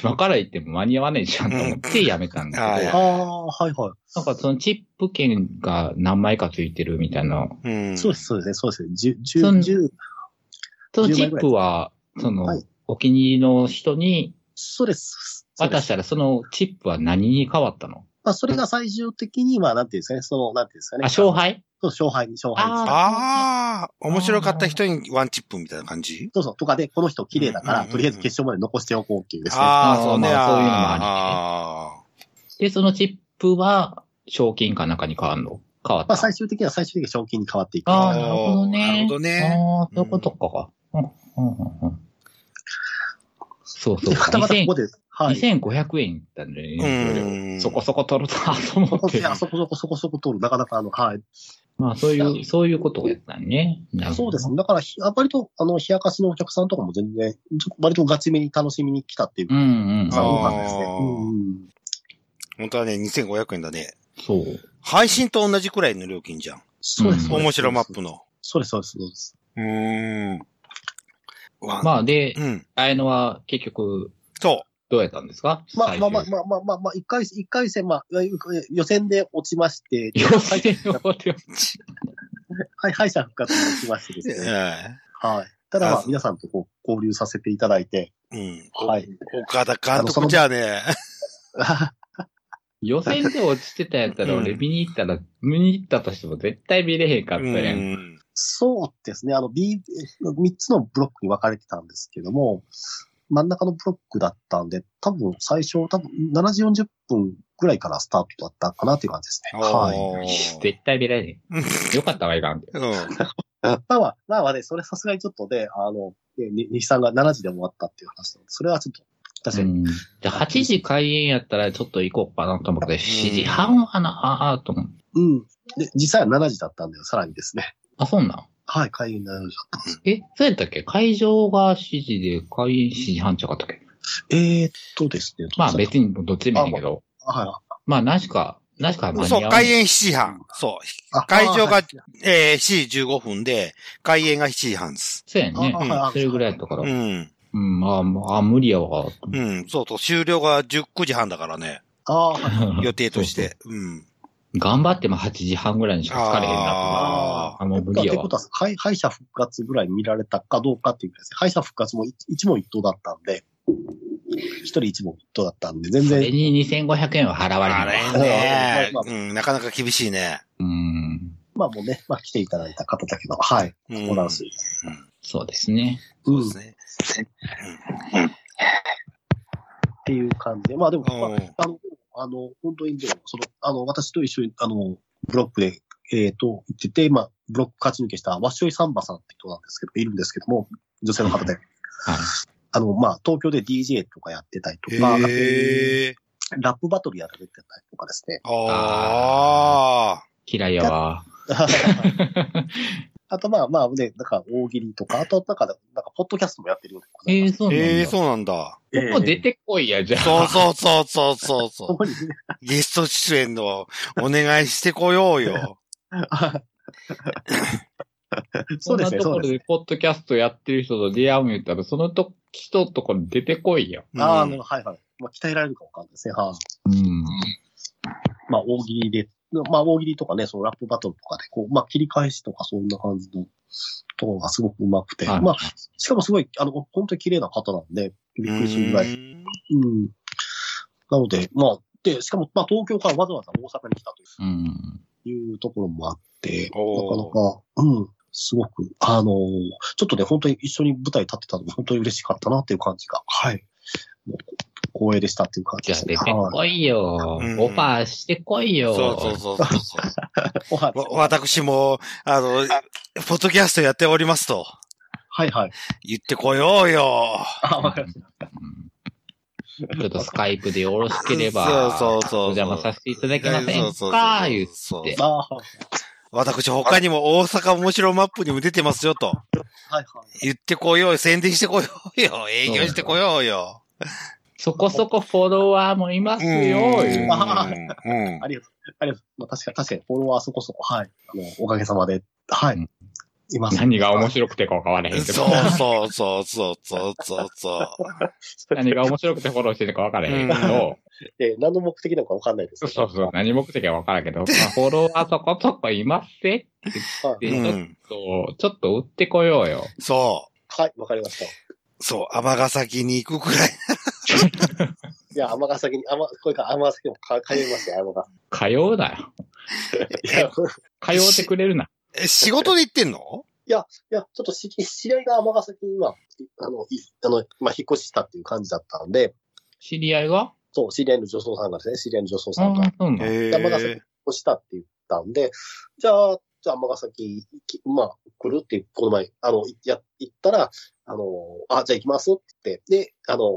Speaker 2: 今から行っても間 に合わねえじゃんと思ってやめたんだけど、
Speaker 1: うんはい
Speaker 3: ああ、 はいは
Speaker 2: なんかそのチップ券が何枚かついてるみたいな。
Speaker 1: うん。
Speaker 3: い。そうです、そうですね、そうですね。十、
Speaker 2: そ
Speaker 3: 十、
Speaker 2: ん
Speaker 3: 十、
Speaker 2: そのチップは、その、
Speaker 3: はい
Speaker 2: お気に入りの人に
Speaker 3: そうです。そうで
Speaker 2: 渡し
Speaker 3: す。
Speaker 2: たら、そのチップは何に変わったの
Speaker 3: まあ、それが最終的に、まあ、なんていうんですかね、その、なんていうんですか
Speaker 2: あ、
Speaker 3: ね。
Speaker 2: 勝敗
Speaker 3: そう、勝敗に、勝敗に
Speaker 2: あー
Speaker 1: ああ、面白かった人にワンチップみたいな感じ
Speaker 3: そうそう、とかで、この人綺麗だ
Speaker 1: う
Speaker 3: か
Speaker 1: んうん
Speaker 3: ら、
Speaker 1: うん
Speaker 3: とりあえず決勝まで残しておこうっていうですね。
Speaker 1: ああ、
Speaker 2: あー
Speaker 1: そうね。
Speaker 2: まあそういうのもありね
Speaker 1: あ
Speaker 2: で、そのチップは、賞金かなんかに変わんの変わった。
Speaker 3: まあ、最終的には最終的に賞金に変わっていく。
Speaker 2: あ
Speaker 1: あ
Speaker 2: あ、
Speaker 1: ー
Speaker 2: なるほどね。
Speaker 1: なるほどね
Speaker 2: ああ、そういうことか。うんうんうんうんそうそう。
Speaker 3: で、またまたこ
Speaker 2: 2000
Speaker 3: こで、はい。
Speaker 2: 2500円だね。
Speaker 1: うん
Speaker 2: そこそこ取るなと思って
Speaker 3: い。やそこそこそこそこ取る。なかなか、あの、はい。
Speaker 2: まあ、そういう、そういうことをやったんね。なる
Speaker 3: そ
Speaker 2: ほ
Speaker 3: う
Speaker 2: ど
Speaker 3: ですね。だから、ひ割と、あの、冷やかしのお客さんとかも全然、ちょっと割とガチめに楽しみに来たっていう
Speaker 2: う。んうん。
Speaker 3: さ多か
Speaker 2: あ
Speaker 3: ったですね。
Speaker 1: あー
Speaker 3: うん。
Speaker 1: あ、本当はね、2500円だね。
Speaker 2: そう。
Speaker 1: 配信と同じくらいの料金じゃん。
Speaker 3: そうです。
Speaker 2: うん
Speaker 1: 面白マップの。
Speaker 3: そうです。そうです、そうです。
Speaker 1: うーん。わ
Speaker 2: まあ、で、
Speaker 1: うん。
Speaker 2: あのは結局、
Speaker 1: そ
Speaker 2: どうやったんですか
Speaker 3: まあまあまあ
Speaker 2: 最終
Speaker 3: まあまあまあまあ、一回、一回戦、まあ、予選で落ちまして、
Speaker 2: 予選終わってよ
Speaker 3: はい、敗者復活に落ちましてで
Speaker 1: う。
Speaker 3: すね。
Speaker 1: え
Speaker 3: はい。ただま
Speaker 1: あ
Speaker 3: あ
Speaker 1: そ、う
Speaker 3: 皆さんとこう交流させていただいて、
Speaker 1: えうん。
Speaker 3: はい。
Speaker 1: 岡田監督じゃあね。
Speaker 2: 予選で落ちてたやったら、俺
Speaker 1: うん
Speaker 2: 見に行ったら、見に行ったとしても絶対見れへんか
Speaker 1: う
Speaker 2: ったやん。
Speaker 1: ん。
Speaker 3: そうですね。あの、B、3つのブロックに分かれてたんですけども、真ん中のブロックだったんで、多分最初、多分7時40分ぐらいからスタートだったかなっていう感じですね。はい。
Speaker 1: おー
Speaker 2: 絶対見れへ
Speaker 1: うん
Speaker 2: ん。よかったわ、いらんで。
Speaker 1: う
Speaker 3: まあまあ、まあまあね、それさすがにちょっとね、あの、ねに西さんが7時で終わったっていう話なんでそれはちょっと、確か
Speaker 2: う
Speaker 3: に、
Speaker 2: ん。じゃあ8時開演やったらちょっと行こうかなと思って、7時半はな、ああ、と思う。
Speaker 3: うん、で、実際は7時だったんだよ、さらにですね。
Speaker 2: あ、そんなん
Speaker 3: はい、会員になる
Speaker 2: え、そうやったっけ会場が7時で開演7時半ちゃうかったっけ
Speaker 3: えーっとですね。
Speaker 2: まあ別にどっちでもいいんだけど。
Speaker 3: は
Speaker 2: まあ、何しか、何しか間
Speaker 1: ん。
Speaker 2: に
Speaker 1: そう、
Speaker 2: 合わない
Speaker 1: 開演7時半。そう
Speaker 3: あ。
Speaker 1: 会場
Speaker 3: は
Speaker 1: が
Speaker 3: い、
Speaker 1: えー、7時15分で、開演が7時半です。
Speaker 2: そうやんね
Speaker 3: あはいは。い
Speaker 2: それぐらいやったから。
Speaker 1: う
Speaker 2: うん
Speaker 1: ん。
Speaker 2: うん、ああ、あ無理やわ。
Speaker 1: うん。そうそう。終了が19時半だからね。
Speaker 3: い。ああ、
Speaker 1: 予定として。うん。
Speaker 2: 頑張っても8時半ぐらいにしか疲れへんなと思う。
Speaker 1: あ
Speaker 2: あの、無理
Speaker 3: と
Speaker 2: や
Speaker 3: いう
Speaker 2: わ
Speaker 3: こと。は、敗敗者復活ぐらい見られたかどうかっていうぐらいですね。敗者復活も一一問一答だったんで、一人一問とだったんで、全
Speaker 2: そ
Speaker 3: 然
Speaker 2: れ、に2500円は払われ
Speaker 1: あ
Speaker 2: ない。
Speaker 1: れね、
Speaker 3: まあま
Speaker 1: うん、なかなか厳しいね。
Speaker 2: うん。
Speaker 3: まあもうね、まあ来ていただいた方だけど、はい、
Speaker 1: うん
Speaker 3: オランス。
Speaker 2: そうですね。
Speaker 1: そうですね。
Speaker 3: っていう感じで、まあでも、ま
Speaker 1: うん
Speaker 3: あ、あの、あの本当にでも、その、あの、私と一緒に、あの、ブロックで、えっ、と、行ってて、まあ、ブロック勝ち抜けした、わっしょいサンバさんって人なんですけど、いるんですけども、女性の方で、
Speaker 2: はい。
Speaker 3: あの、まあ、東京で DJ とかやってたりとか、
Speaker 1: へえ。
Speaker 3: ラップバトルやられてたりとかです ね。
Speaker 1: あ
Speaker 2: 嫌いやわ。
Speaker 3: あと、まあまあ、ね、なんか、大喜利とか、あと、なんか、なんか、ポッドキャストもやってるようでござ
Speaker 2: え
Speaker 3: いま
Speaker 2: ー、
Speaker 3: す。
Speaker 2: そう
Speaker 1: あ。
Speaker 2: なんだ。
Speaker 1: ええ、そうなんだ。
Speaker 2: も
Speaker 3: え
Speaker 2: う出てこいや、じゃあ。
Speaker 1: そうそうそうそうそうそ
Speaker 3: こ
Speaker 1: う。
Speaker 3: こにね、
Speaker 1: ゲスト出演のお願いしてこようよ。
Speaker 3: そうで す
Speaker 2: そん
Speaker 3: ね、
Speaker 2: なと
Speaker 3: そ
Speaker 2: こ
Speaker 3: う
Speaker 2: ろ
Speaker 3: です
Speaker 2: で、ポッドキャストやってる人と出会うん言ったら、そのと人ところ出てこいよ。
Speaker 1: うん
Speaker 3: ね。ああ、なるほどはいはい。まあ、鍛えられるかわかんないですね。はい、
Speaker 2: うん。
Speaker 3: まあ、大喜利で、まあ、大喜利とかね、そのラップバトルとかで、こう、まあ、切り返しとか、そんな感じのところがすごく上手くて、
Speaker 2: はい
Speaker 3: まあ、しかもすごい、あの、本当に綺麗な方なんで、びっくりするぐらい。
Speaker 1: うん
Speaker 3: うん。なので、まあ、で、しかも、まあ、東京からわざわざ大阪に来たと
Speaker 2: うん。
Speaker 3: いうところもあって、な
Speaker 1: お
Speaker 3: か
Speaker 1: ー
Speaker 3: なか、うん、すごく、あのーちょっとね、本当に一緒に舞台立ってたのも本当に嬉しかったなっていう感じが、はい。もう光栄でしたっていう感じ
Speaker 2: じゃ
Speaker 3: で
Speaker 2: あ
Speaker 3: す
Speaker 2: 出
Speaker 3: ね。
Speaker 2: て
Speaker 3: はい
Speaker 2: こいよ。
Speaker 1: うん
Speaker 2: オファーしてこいよ。
Speaker 1: そうそうそうそうそう。
Speaker 3: おは
Speaker 1: わ私も、あの、ポッドキャストやっておりますと
Speaker 3: はいはい。
Speaker 1: 言ってこようよ。
Speaker 3: あ、わかりました
Speaker 2: うんちょっとスカイプでよろしければ、
Speaker 1: そうそうそうそう
Speaker 2: お邪魔させていただけませ
Speaker 1: そうんそう
Speaker 2: か
Speaker 1: そう
Speaker 2: 言っ
Speaker 1: そう
Speaker 2: て。
Speaker 3: ああ、
Speaker 1: 私他にも大阪面白マップにも出てますよと。
Speaker 3: はいは
Speaker 1: 言ってこようよ。宣伝してこようよ。営業してこようよ。
Speaker 2: そこそこフォロワーもいますよ。言う
Speaker 3: あ
Speaker 1: うんうん
Speaker 3: い。ありがとう。ありがとう。まあ、確かに、確かに、フォロワーそこそこ、はい。あの、おかげさまで、はい。
Speaker 2: うん
Speaker 3: います。
Speaker 2: 何が面白くてかわからへんけど。
Speaker 1: そうそうそうそうそうそうそう。
Speaker 2: 何が面白くてフォローしてるかわからへんけど。
Speaker 3: えー何の目的なのかわかんないです
Speaker 2: そう
Speaker 3: けど。
Speaker 2: そう、何目的かわからんけど、まあ、フォロワーそこそこいますって
Speaker 3: はい
Speaker 1: うんうん、
Speaker 2: と、ちょっと売ってこよう よ。
Speaker 1: そ。
Speaker 3: はい、わかりました。いう
Speaker 1: そう。尼崎に行くくらい。
Speaker 3: や、尼崎に、尼これから尼崎もか通いますよ、尼崎。
Speaker 2: 通うなよ。
Speaker 3: いや、い
Speaker 2: 通ってくれるな。
Speaker 1: え仕事で行ってんの
Speaker 3: や、ちょっと知り知り合いが尼崎に今、あの、いあの、まあ、引っ越ししたっていう感じだったんで、
Speaker 2: 知り合いが
Speaker 3: そう、知り合いの女装さんがですね、知り合いの女装
Speaker 2: あ
Speaker 3: さんが、引っ
Speaker 2: そうなの
Speaker 1: へ
Speaker 3: 尼崎越したって言ったんで、じゃあ、じゃあ、尼崎行き、まあ、来るって、この前、あの、いや、行ったら、あの、あ、じゃあ行きますって言って、で、あの、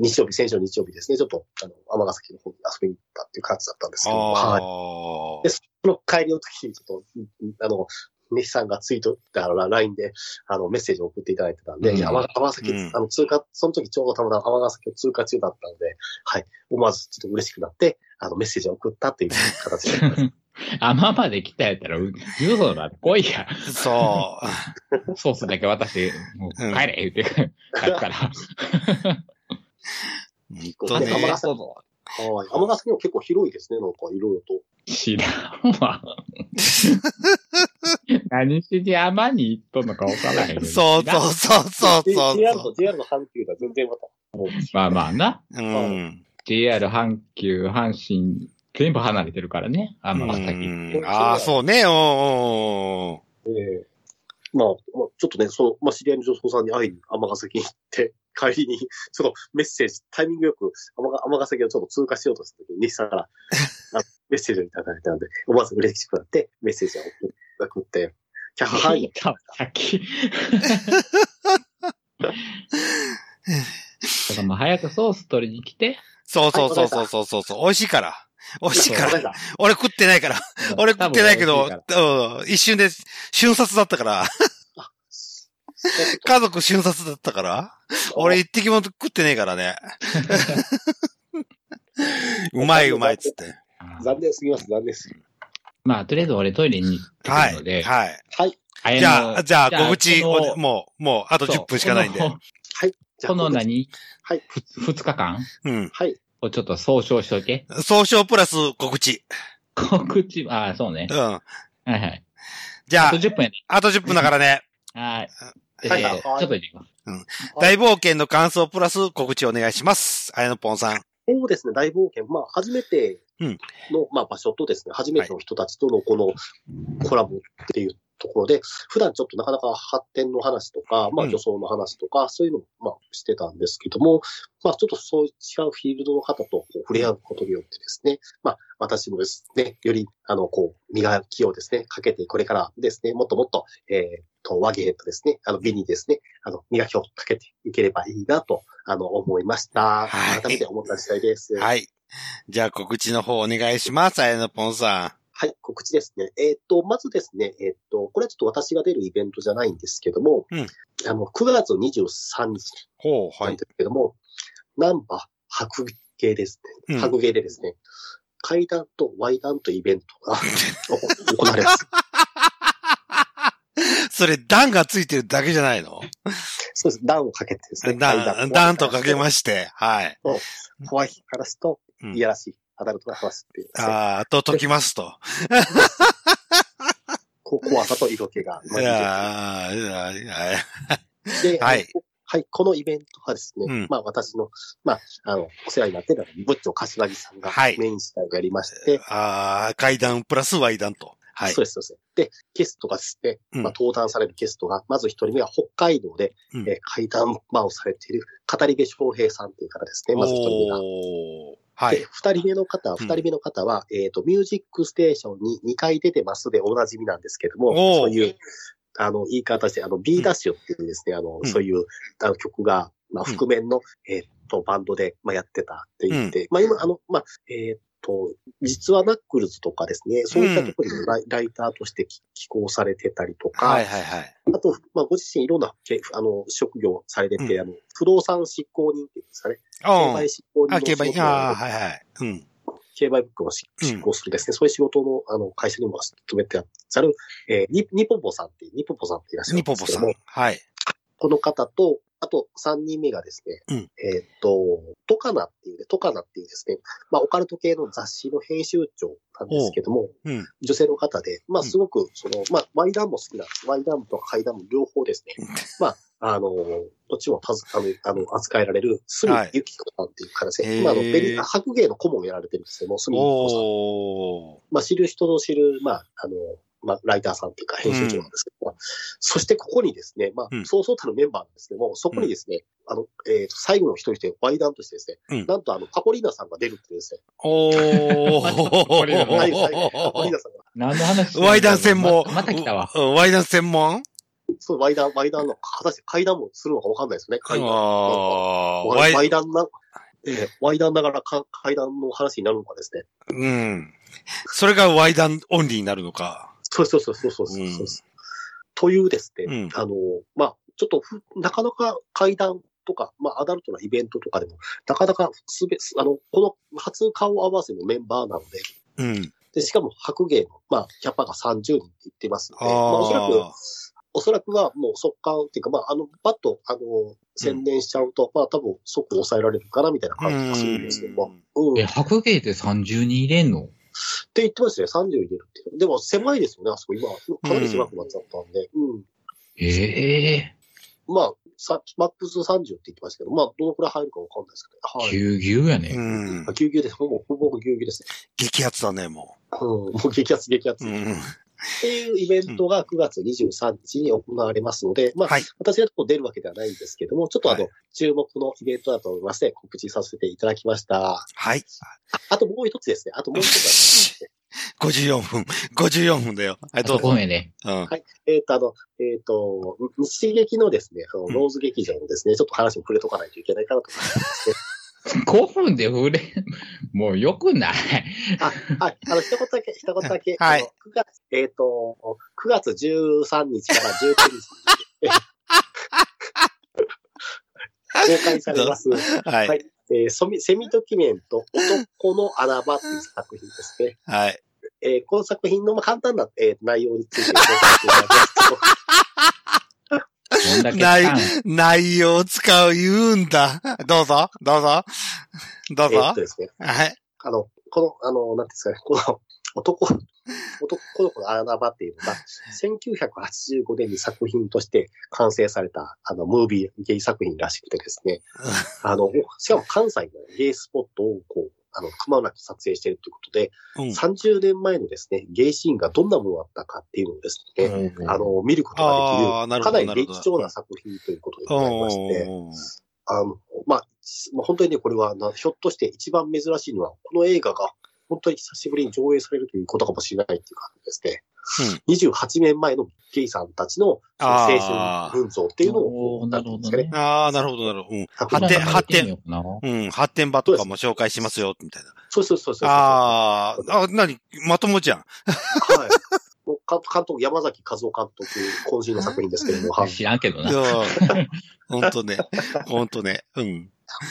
Speaker 3: 日曜日、先週の日曜日ですね、ちょっと、あの、尼崎の方に遊びに行ったっていう感じだったんですけど、
Speaker 1: あ
Speaker 3: はい。
Speaker 1: あ。
Speaker 3: で、その帰りの時に、ちょっと、うんあの、ネヒさんがツイート、あの、LINE で、あの、メッセージを送っていただいてたんで、
Speaker 2: うん
Speaker 3: いや、尼尼崎、
Speaker 1: うん
Speaker 3: あの、通過、その時ちょうどたまたま尼崎を通過中だったので、はい、思わずちょっと嬉しくなって、あの、メッセージを送ったっていう形で。
Speaker 2: あ、ままで来たやったら、う言うそうだ、来いや。
Speaker 1: そう。
Speaker 2: ソースだけ渡して、もう帰れ、言って帰るから。
Speaker 1: 本
Speaker 3: こ
Speaker 1: 当
Speaker 3: うね
Speaker 1: ね。
Speaker 3: 尼崎 はい。尼崎も結構広いですね、なんかいろいろと。
Speaker 2: 知ら んわ。何しに山に行っとんのかわからへんけど。
Speaker 1: そうそうそうそうそう
Speaker 3: JR
Speaker 1: そ
Speaker 3: と JR の阪急が全然また。
Speaker 2: まあまあな。
Speaker 1: う。うん。
Speaker 2: JR 阪急、阪神、全部離れてるからね。あ、まあ、
Speaker 1: う
Speaker 2: 先。
Speaker 1: んああ、そうね。お
Speaker 3: ええまあ、まあ、ちょっとね、その、まあ、知り合いの女装さんに会いに尼崎に行って、 帰りに、そのメッセージ、タイミングよく尼尼崎をちょっと通過しようとした時に、西さんからあメッセージをいただいたので、思わず嬉しくなって、メッセージを送って、キャハハ
Speaker 2: 聞
Speaker 3: イ
Speaker 2: い。た先。だからもう早くソース取りに来て。
Speaker 1: そうそうそうそうそうそうそう。美味しいから。美味しいか。
Speaker 3: わからりまし
Speaker 1: 俺食ってない から。 俺食ってないけど
Speaker 2: 多分美味しいか、
Speaker 1: うん一瞬で瞬殺だったから。
Speaker 3: た
Speaker 1: 家族瞬殺だったから。俺、一滴も食ってねえから ね。うまいうまいっつって。
Speaker 2: ら
Speaker 3: 残念すぎます、残念すぎま
Speaker 2: まあ、とりあえず俺トイレに行って
Speaker 1: は
Speaker 2: くるの
Speaker 1: い。
Speaker 2: で。
Speaker 1: はい。
Speaker 3: す。はい。
Speaker 2: あや
Speaker 1: じ
Speaker 2: の
Speaker 1: ゃあ、じゃあ、
Speaker 2: じゃあ
Speaker 1: ご口、
Speaker 2: この
Speaker 1: おもう、もう、あと10分しかないんで。
Speaker 2: そうこ
Speaker 3: じゃあ
Speaker 2: のこの何
Speaker 3: はい。
Speaker 2: ふ二日間
Speaker 1: うん。
Speaker 3: はい。
Speaker 2: をちょっと総称しといて。
Speaker 1: 総称プラス告知。
Speaker 2: 告知、ああ、そうね
Speaker 1: う。ん。
Speaker 2: はいはい。
Speaker 1: じゃ
Speaker 2: あ
Speaker 1: あ
Speaker 2: と、10分やね。
Speaker 1: あと10分だからね。
Speaker 2: はい。
Speaker 1: はい
Speaker 2: えーちょっと行ってきます。
Speaker 1: うんうん。大冒険の感想プラス告知お願いします。あやのぽんさん。
Speaker 3: そうですね、大冒険。まあ、初めて
Speaker 1: うん
Speaker 3: の、まあ、場所とですね、初めての人たちとのこのコラボっていうところで、普段ちょっとなかなか発展の話とか、まあ、
Speaker 1: うん
Speaker 3: 女装の話とか、そういうのを、まあ、してたんですけども、まあ、ちょっとそういう違うフィールドの方とこう触れ合うことによってですね、まあ、私もですね、より、あの、こう、磨きをですね、かけて、これからですね、もっともっと、えー、と、和芸とですね、あの、美にですね、あの、磨きをかけていければいいなと、あの、思いました。
Speaker 1: はい
Speaker 3: 改めて思った次第です。
Speaker 1: はい。じゃあ告知の方お願いします。あやのぽんさ
Speaker 3: はい、告知ですね。えっ、と、まずですね、えっ、と、これはちょっと私が出るイベントじゃないんですけども、
Speaker 1: うん
Speaker 3: あの、9月23日
Speaker 1: ん。ほう、
Speaker 3: な
Speaker 1: は
Speaker 3: ん
Speaker 1: い。
Speaker 3: ですけども、ナンバー白芸です
Speaker 1: う
Speaker 3: ね。
Speaker 1: ん
Speaker 3: 白芸でですね、階段と Y 段とイベントが行わ れます。
Speaker 1: それ、段がついてるだけじゃないの
Speaker 3: そうです。段をかけてですね。
Speaker 1: 段、段とかけ
Speaker 3: す。
Speaker 1: まして、はい。
Speaker 3: 怖い話と、
Speaker 1: うん
Speaker 3: いやらしい、アダルトな話っていうですね、
Speaker 1: ああ、と解きますと。
Speaker 3: こ怖さと色気が
Speaker 1: い。やーいやーいやー
Speaker 3: で、
Speaker 1: はい
Speaker 3: はい、このイベントはですね、
Speaker 1: うん
Speaker 3: まあ私の、まあ、あの、お世話になってたブッチョ柏木さんが
Speaker 1: はい
Speaker 3: メイン司会をやりまして、
Speaker 1: あー、階段プラス Y 段と。はい
Speaker 3: そ。うです、そうです。で、ゲストがですね、
Speaker 1: うん
Speaker 3: まあ登壇されるゲストが、まず一人目は北海道で、
Speaker 1: うん
Speaker 3: えー怪談魔をされている語り部翔平さんという方ですね、まず一人目が。
Speaker 1: おーはい
Speaker 3: で、。二人目の方は、
Speaker 1: うん
Speaker 3: 二人目の方は、えっ、と、ミュージックステーションに2回出てますでおなじみなんですけども、
Speaker 1: おー
Speaker 3: そういう、あの、言い方して、あの、B ダッシュっていうですね、あの
Speaker 1: う、ん
Speaker 3: そういうあの曲が、まあ、
Speaker 1: うん
Speaker 3: 覆面の、えっ、と、バンドで、まあ、やってたって言って、まあ、今、あの、まあ、えっ、と、実はナックルズとかですね、そういったところにライ,、ライターとしてき寄稿されてたりとか、
Speaker 1: はいはいはい。
Speaker 3: あと、まあ、ご自身いろんなけあの職業されてて、
Speaker 1: うん
Speaker 3: あの、不動産執行人っていうんですかね、
Speaker 1: う
Speaker 3: 競
Speaker 1: ん
Speaker 3: 売。執行人
Speaker 1: あ、
Speaker 3: の
Speaker 1: 競
Speaker 3: 仕
Speaker 1: 売、
Speaker 3: 事を
Speaker 1: ああ、はいはい。うん。
Speaker 3: 競売ブックをし
Speaker 1: うん
Speaker 3: 執行するですね、そういう仕事のあの会社にも勤めてらっしゃる、えーニニポポさんって、ニポポさんっていらっしゃるん
Speaker 1: ニ
Speaker 3: で
Speaker 1: ポ
Speaker 3: す
Speaker 1: ポ
Speaker 3: けど
Speaker 1: さ
Speaker 3: も、
Speaker 1: ん。はい。
Speaker 3: この方と、あと3人目がですね、
Speaker 1: うん
Speaker 3: えーっと、トカナっていうね、トカナっていうですね、まあ、オカルト系の雑誌の編集長なんですけども、
Speaker 1: うん。
Speaker 3: 女性の方で、まあ、
Speaker 1: うん
Speaker 3: すごく、その、まあ、ワイダンも好きなんです。ワイダンとかハイダンも両方ですね。まあ、あの、どっちもたずあのあの扱えられる、スミ
Speaker 1: はい
Speaker 3: ユキコさんっていう方です
Speaker 1: へ
Speaker 3: ね。
Speaker 1: ー
Speaker 3: 今、あの、ベリー、白芸の顧問をやられてるんですけども、スミユキコさん。
Speaker 1: おー。
Speaker 3: まあ、知る人の知る、まあ、あの、まあ、ライターさんっていうか、編集長なんですけども、そしてここにですね、まあ
Speaker 1: うん、
Speaker 3: そうそうたるメンバーなんですけども、そこにですね、あの、えっ、と、最後の一人として、ワイダンとしてですね、
Speaker 1: うん
Speaker 3: なんとあの、パコリーナさんが出るっていうですね、
Speaker 1: おー。
Speaker 2: これお
Speaker 3: はい、最後、パコリーナさんが、
Speaker 2: 何の話してんだろう
Speaker 1: ワイダン専門。
Speaker 2: ままた来たわ。
Speaker 1: うん。ワイダン専門
Speaker 3: そう、ワイダン、ワイダンの、果たして階段もするのかわかんないですよね、
Speaker 1: あ
Speaker 3: 階段。
Speaker 1: あー。
Speaker 3: ワ
Speaker 1: ワ
Speaker 3: イワ
Speaker 1: イ、
Speaker 3: イダンな、えーワイダンながらか階段の話になるのかですね。
Speaker 1: うん。それがワイダンオンリーになるのか。
Speaker 3: そうそうそうそうそうそう
Speaker 1: うん
Speaker 3: というですね、
Speaker 1: うん
Speaker 3: あの、まあ、ちょっとふ、なかなか階段とか、まあ、アダルトなイベントとかでも、なかなかすべ、あの、この初顔合わせのメンバーなので、
Speaker 1: うん。
Speaker 3: で、しかも白芸の、まあ、キャパが30人って言ってますので、
Speaker 1: あー
Speaker 3: まあ、おそらく、おそらくはもう速乾っていうか、まあ、あの、バッと、あの、宣伝しちゃうと、まあ、多分即抑えられるかなみたいな感じがするんですけども、うん
Speaker 2: え、白芸で30人入れんの
Speaker 3: って言ってましたね、30入れるっていう。でも狭いですよね、あそこ今。かなり狭くなっちゃったんで。うん。
Speaker 2: ええ
Speaker 3: まあ、さマックス30って言ってましたけど、まあ、どのくらい入るかわかんないですけど。はい。
Speaker 2: ぎゅうぎゅうや
Speaker 1: う
Speaker 2: ね。
Speaker 1: ん
Speaker 3: あ。ぎゅうぎゅうです。ほぼ、ほぼぎゅうぎゅうですね。
Speaker 1: 激アツだね、も
Speaker 3: うん。もう激アツ、激アツ。
Speaker 1: う。う
Speaker 3: っ
Speaker 1: ん。
Speaker 3: ていうイベントが9月23日に行われますので、まあ、
Speaker 1: はい。
Speaker 3: 私がこう出るわけではないんですけども、ちょっとあ
Speaker 1: は
Speaker 3: の、注目のイベントだと思いまして、告知させていただきました。
Speaker 1: はい。
Speaker 3: あともう一つですね。あともう一 つは、
Speaker 1: 54分。54分だよ。はい、
Speaker 2: あ
Speaker 1: どう
Speaker 2: と
Speaker 1: ぞ。
Speaker 2: ごめんね。
Speaker 1: うん。
Speaker 3: はいえっ、と、あの、えっ、と、日劇のですね、あの
Speaker 1: うん
Speaker 3: ローズ劇場のですね、ちょっと話も触れとかないといけないかなと思います。
Speaker 2: 5分で触れ、もうよくない
Speaker 3: はい、あの、一言だけ、一言だけ。
Speaker 1: はい
Speaker 3: あの9月、えっ、と、9月13日から19 日に公開されます、
Speaker 1: は。
Speaker 3: はいいえーセミセミドキュメント、男の穴場っていう作品ですね。
Speaker 1: はい。
Speaker 3: えーこの作品のまあ簡単な、えー内容についてご説明いただき ますと、
Speaker 2: どんだけ
Speaker 1: ない
Speaker 2: たん
Speaker 1: 内容を使う言うんだ。どうぞ、どうぞ。どう
Speaker 3: えーっ
Speaker 1: ぞ
Speaker 3: と。ですね、
Speaker 1: はい。
Speaker 3: あの、この、あの、なんていうんですかね、この男、男の子の穴場っていうのが、1985年に作品として完成された、あの、ムービー、ゲイ作品らしくてです ね、あの、しかも関西のゲイスポットを、こう、あの、くまなく撮影しているということで、
Speaker 1: うんうん
Speaker 3: 30年前のですね、ゲイシーンがどんなものだったかっていうのをですね、
Speaker 2: うん
Speaker 3: あの、見ることが
Speaker 1: あーな
Speaker 3: で
Speaker 1: るほ
Speaker 3: きる、か
Speaker 1: ど
Speaker 3: なり歴史調な作品ということでございまして、
Speaker 1: おー
Speaker 3: あの、まあ、しまあ、本当にね、これはな、ひょっとして一番珍しいのは、この映画が本当に久しぶりに上映されるということかもしれないっていう感じですね。28年前のゲイさんたちのその青
Speaker 1: あー
Speaker 3: 春群像っていうの
Speaker 2: お
Speaker 3: を、
Speaker 2: ーなるほどね。
Speaker 1: ああ、なるほど、なるほど。うん
Speaker 3: 発
Speaker 1: 発展、
Speaker 2: なんか
Speaker 1: 発
Speaker 2: 見てみ
Speaker 1: 展、
Speaker 2: ようかな。
Speaker 1: うん、発展場とかも紹介しますよ、みたいな。
Speaker 3: そうそうそうそう。
Speaker 1: あーあ、なに、まともじゃん。
Speaker 3: はい。もう 監監督、山崎和夫監督、今週の作品ですけれども、はい
Speaker 2: 知らんけど
Speaker 1: い
Speaker 2: な。
Speaker 1: や本当ね。本当ね。うん。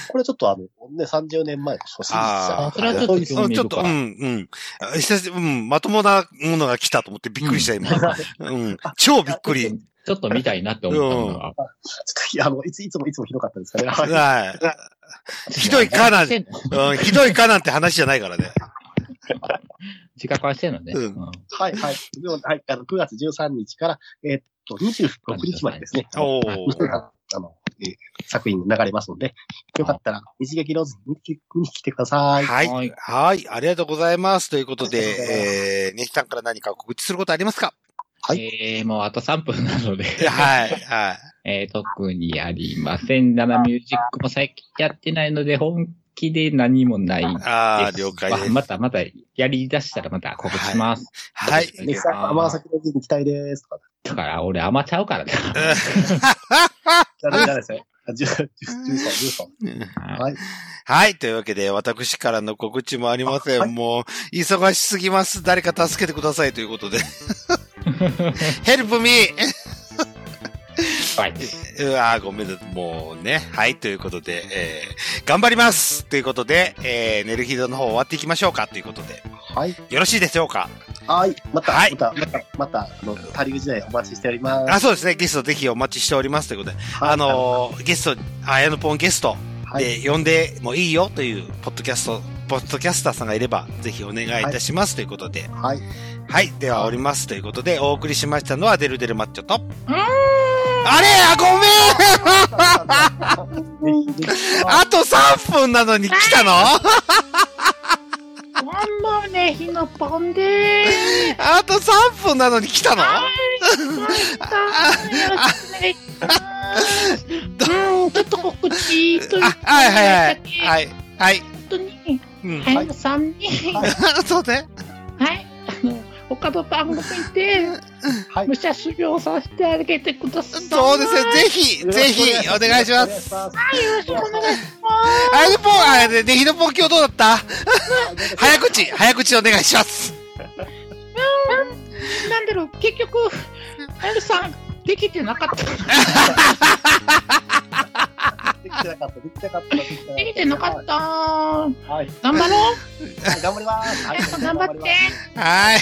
Speaker 4: これちょっとあの、ね、30年前の初心者
Speaker 1: あー。
Speaker 2: それはちょっと興味
Speaker 1: ちょっ
Speaker 2: 深
Speaker 1: と、うん、
Speaker 2: い。
Speaker 1: うん。あ久しぶり、うん、まともなものが来たと思ってびっくりした、今。 うん。超びっくり。
Speaker 2: ちょっと見たいなって思ったのが。
Speaker 4: ちょっとあの、いつ、いつもいつもひどかったですかね。 はい
Speaker 1: はひどいかな
Speaker 2: 自
Speaker 1: い。うん、ひどいかなんて話じゃないからね。
Speaker 2: 覚はしてんのね。
Speaker 1: うん
Speaker 2: うん
Speaker 4: はい、はい。でもはい、あの、9月13日から、えーっと、26日までですね。
Speaker 1: お
Speaker 4: はい
Speaker 1: ー。
Speaker 4: あの、えー作品流れますので、よかったら、一撃ローズに見に見に来てください。
Speaker 1: はい。
Speaker 2: はい
Speaker 1: はい。ありがとうございます。ということ
Speaker 4: ありがとうございま
Speaker 1: で、えー、ネヒさんから何か告知することありますか
Speaker 4: はい
Speaker 2: えー、もうあと3分なので、
Speaker 1: はい。はい。
Speaker 2: えー、特にありません。7ミュージックも最近やってないので、本気で何もないです。
Speaker 1: ああ、了解で
Speaker 2: ますあ。またまたやり出したらまた告知します。
Speaker 1: はい。
Speaker 4: ネクサ、天崎の時に期待です。とか、
Speaker 2: だから俺甘ちゃうからね。
Speaker 4: じゃないですよ。ジュース、ジュース、ジュース。はい。
Speaker 1: はい。というわけで、私からの告知もありません。
Speaker 4: あはい
Speaker 1: もう、忙しすぎます。誰か助けてくださいということで。Help me!
Speaker 2: はいう
Speaker 1: わーごめんなさい。もうね。はい。ということで、えー、頑張りますということで、えー、寝る日の方終わっていきましょうかということで。
Speaker 4: はい。
Speaker 1: よろしいでしょうか
Speaker 4: はい。また、
Speaker 1: はい
Speaker 4: また、また、また、あの、タリウ時代お待ちしております。
Speaker 1: あ、そうですね。ゲストぜひお待ちしておりますということで。
Speaker 4: はい
Speaker 1: あ、のーゲスト、あやのぽんゲスト
Speaker 4: はい
Speaker 1: で呼んでもいいよという、ポッドキャスト、ポッドキャスターさんがいれば、ぜひお願いいたしますということで。
Speaker 4: はい。
Speaker 1: はい、ではおりますということで、お送りしましたのは、デルデルマッチョと。あれあ、ごめんあと3分なのに来たの
Speaker 5: もうね、ひのぽんでーす。
Speaker 1: あと3分なのに来たの
Speaker 5: はい、うん、ちょっと告知という
Speaker 1: あ、はいはいはい。はい、はい。
Speaker 5: 本当に、
Speaker 1: うん。
Speaker 5: はやさんに、はい、
Speaker 1: そうね。
Speaker 5: あの、他の番組で、
Speaker 4: はい
Speaker 5: 武者修行させてあげてください。
Speaker 1: そうですね。ぜひ、ぜひ、お願いします。
Speaker 4: は
Speaker 5: よろしくお願いします。
Speaker 1: あれぽん、あれ、ねひのぽん今日どうだった 早口、早口お願いします。
Speaker 5: うん、なんだろう、結局、はやさん、できてなかった。
Speaker 4: い。できてなかった、できてなかった、できてな
Speaker 5: できてなかった。頑
Speaker 4: た。はい。
Speaker 5: 張ろう。
Speaker 4: はい頑張ります。は
Speaker 5: はいやさん頑張って。は
Speaker 1: は
Speaker 5: い、
Speaker 1: い。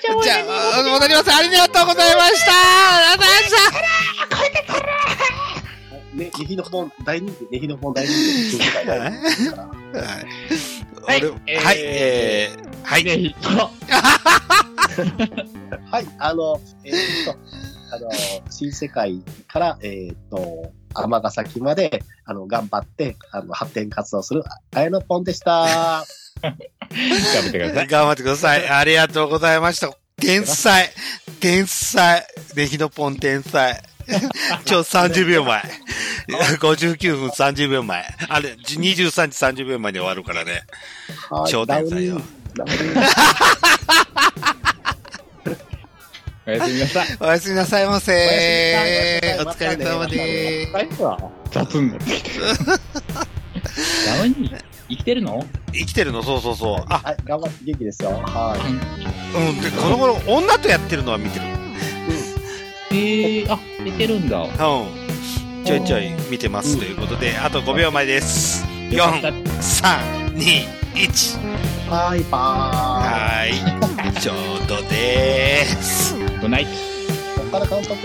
Speaker 5: じ
Speaker 1: じ
Speaker 5: ゃあ俺
Speaker 1: ゃ
Speaker 5: に
Speaker 1: あ、戻ります。ありがとうございました。ありがとうございました。
Speaker 5: これでたら
Speaker 4: ね、ネヒの本、大人気、ネヒの本大人気です。
Speaker 1: はい。
Speaker 2: 俺
Speaker 1: 俺はい。えー、はい。
Speaker 2: ぜひ、
Speaker 4: はい、あの、えーっと、あの、新世界から、えーっと、尼崎まで、あの、頑張って、あの、発展活動する、あやのぽんでした。
Speaker 2: 頑張ってください。
Speaker 1: 頑張ってください。ありがとうございました。天才。天才。ねひのぽん天才。ちょ、30秒前。59分30秒前。あれ、じ23時30秒前に終わるからね。
Speaker 4: はい
Speaker 1: 超天才よ。
Speaker 4: ダウニー
Speaker 2: おやすみなさい。
Speaker 1: おやすみなさいま
Speaker 4: おや
Speaker 1: せ
Speaker 4: すみ。
Speaker 1: お
Speaker 4: なさい
Speaker 1: 疲れ様です。
Speaker 2: 大丈夫だ雑になってき てる。ダウに生きてるの
Speaker 1: 生きてるのそうそうそう。あ、
Speaker 4: はい、頑張って元気ですよ。は
Speaker 1: うん。で、この頃、女とやってるのは見てる。
Speaker 2: えー、あ、出てるんだ。
Speaker 1: うん。ちょいちょい見てますということで、あと5秒前です。
Speaker 2: よかっ
Speaker 1: 4
Speaker 2: た。
Speaker 1: 三二一
Speaker 4: い。バイバ
Speaker 1: はーいちょうどでーす
Speaker 2: グッドナイト。
Speaker 4: ーイ。岡田監督。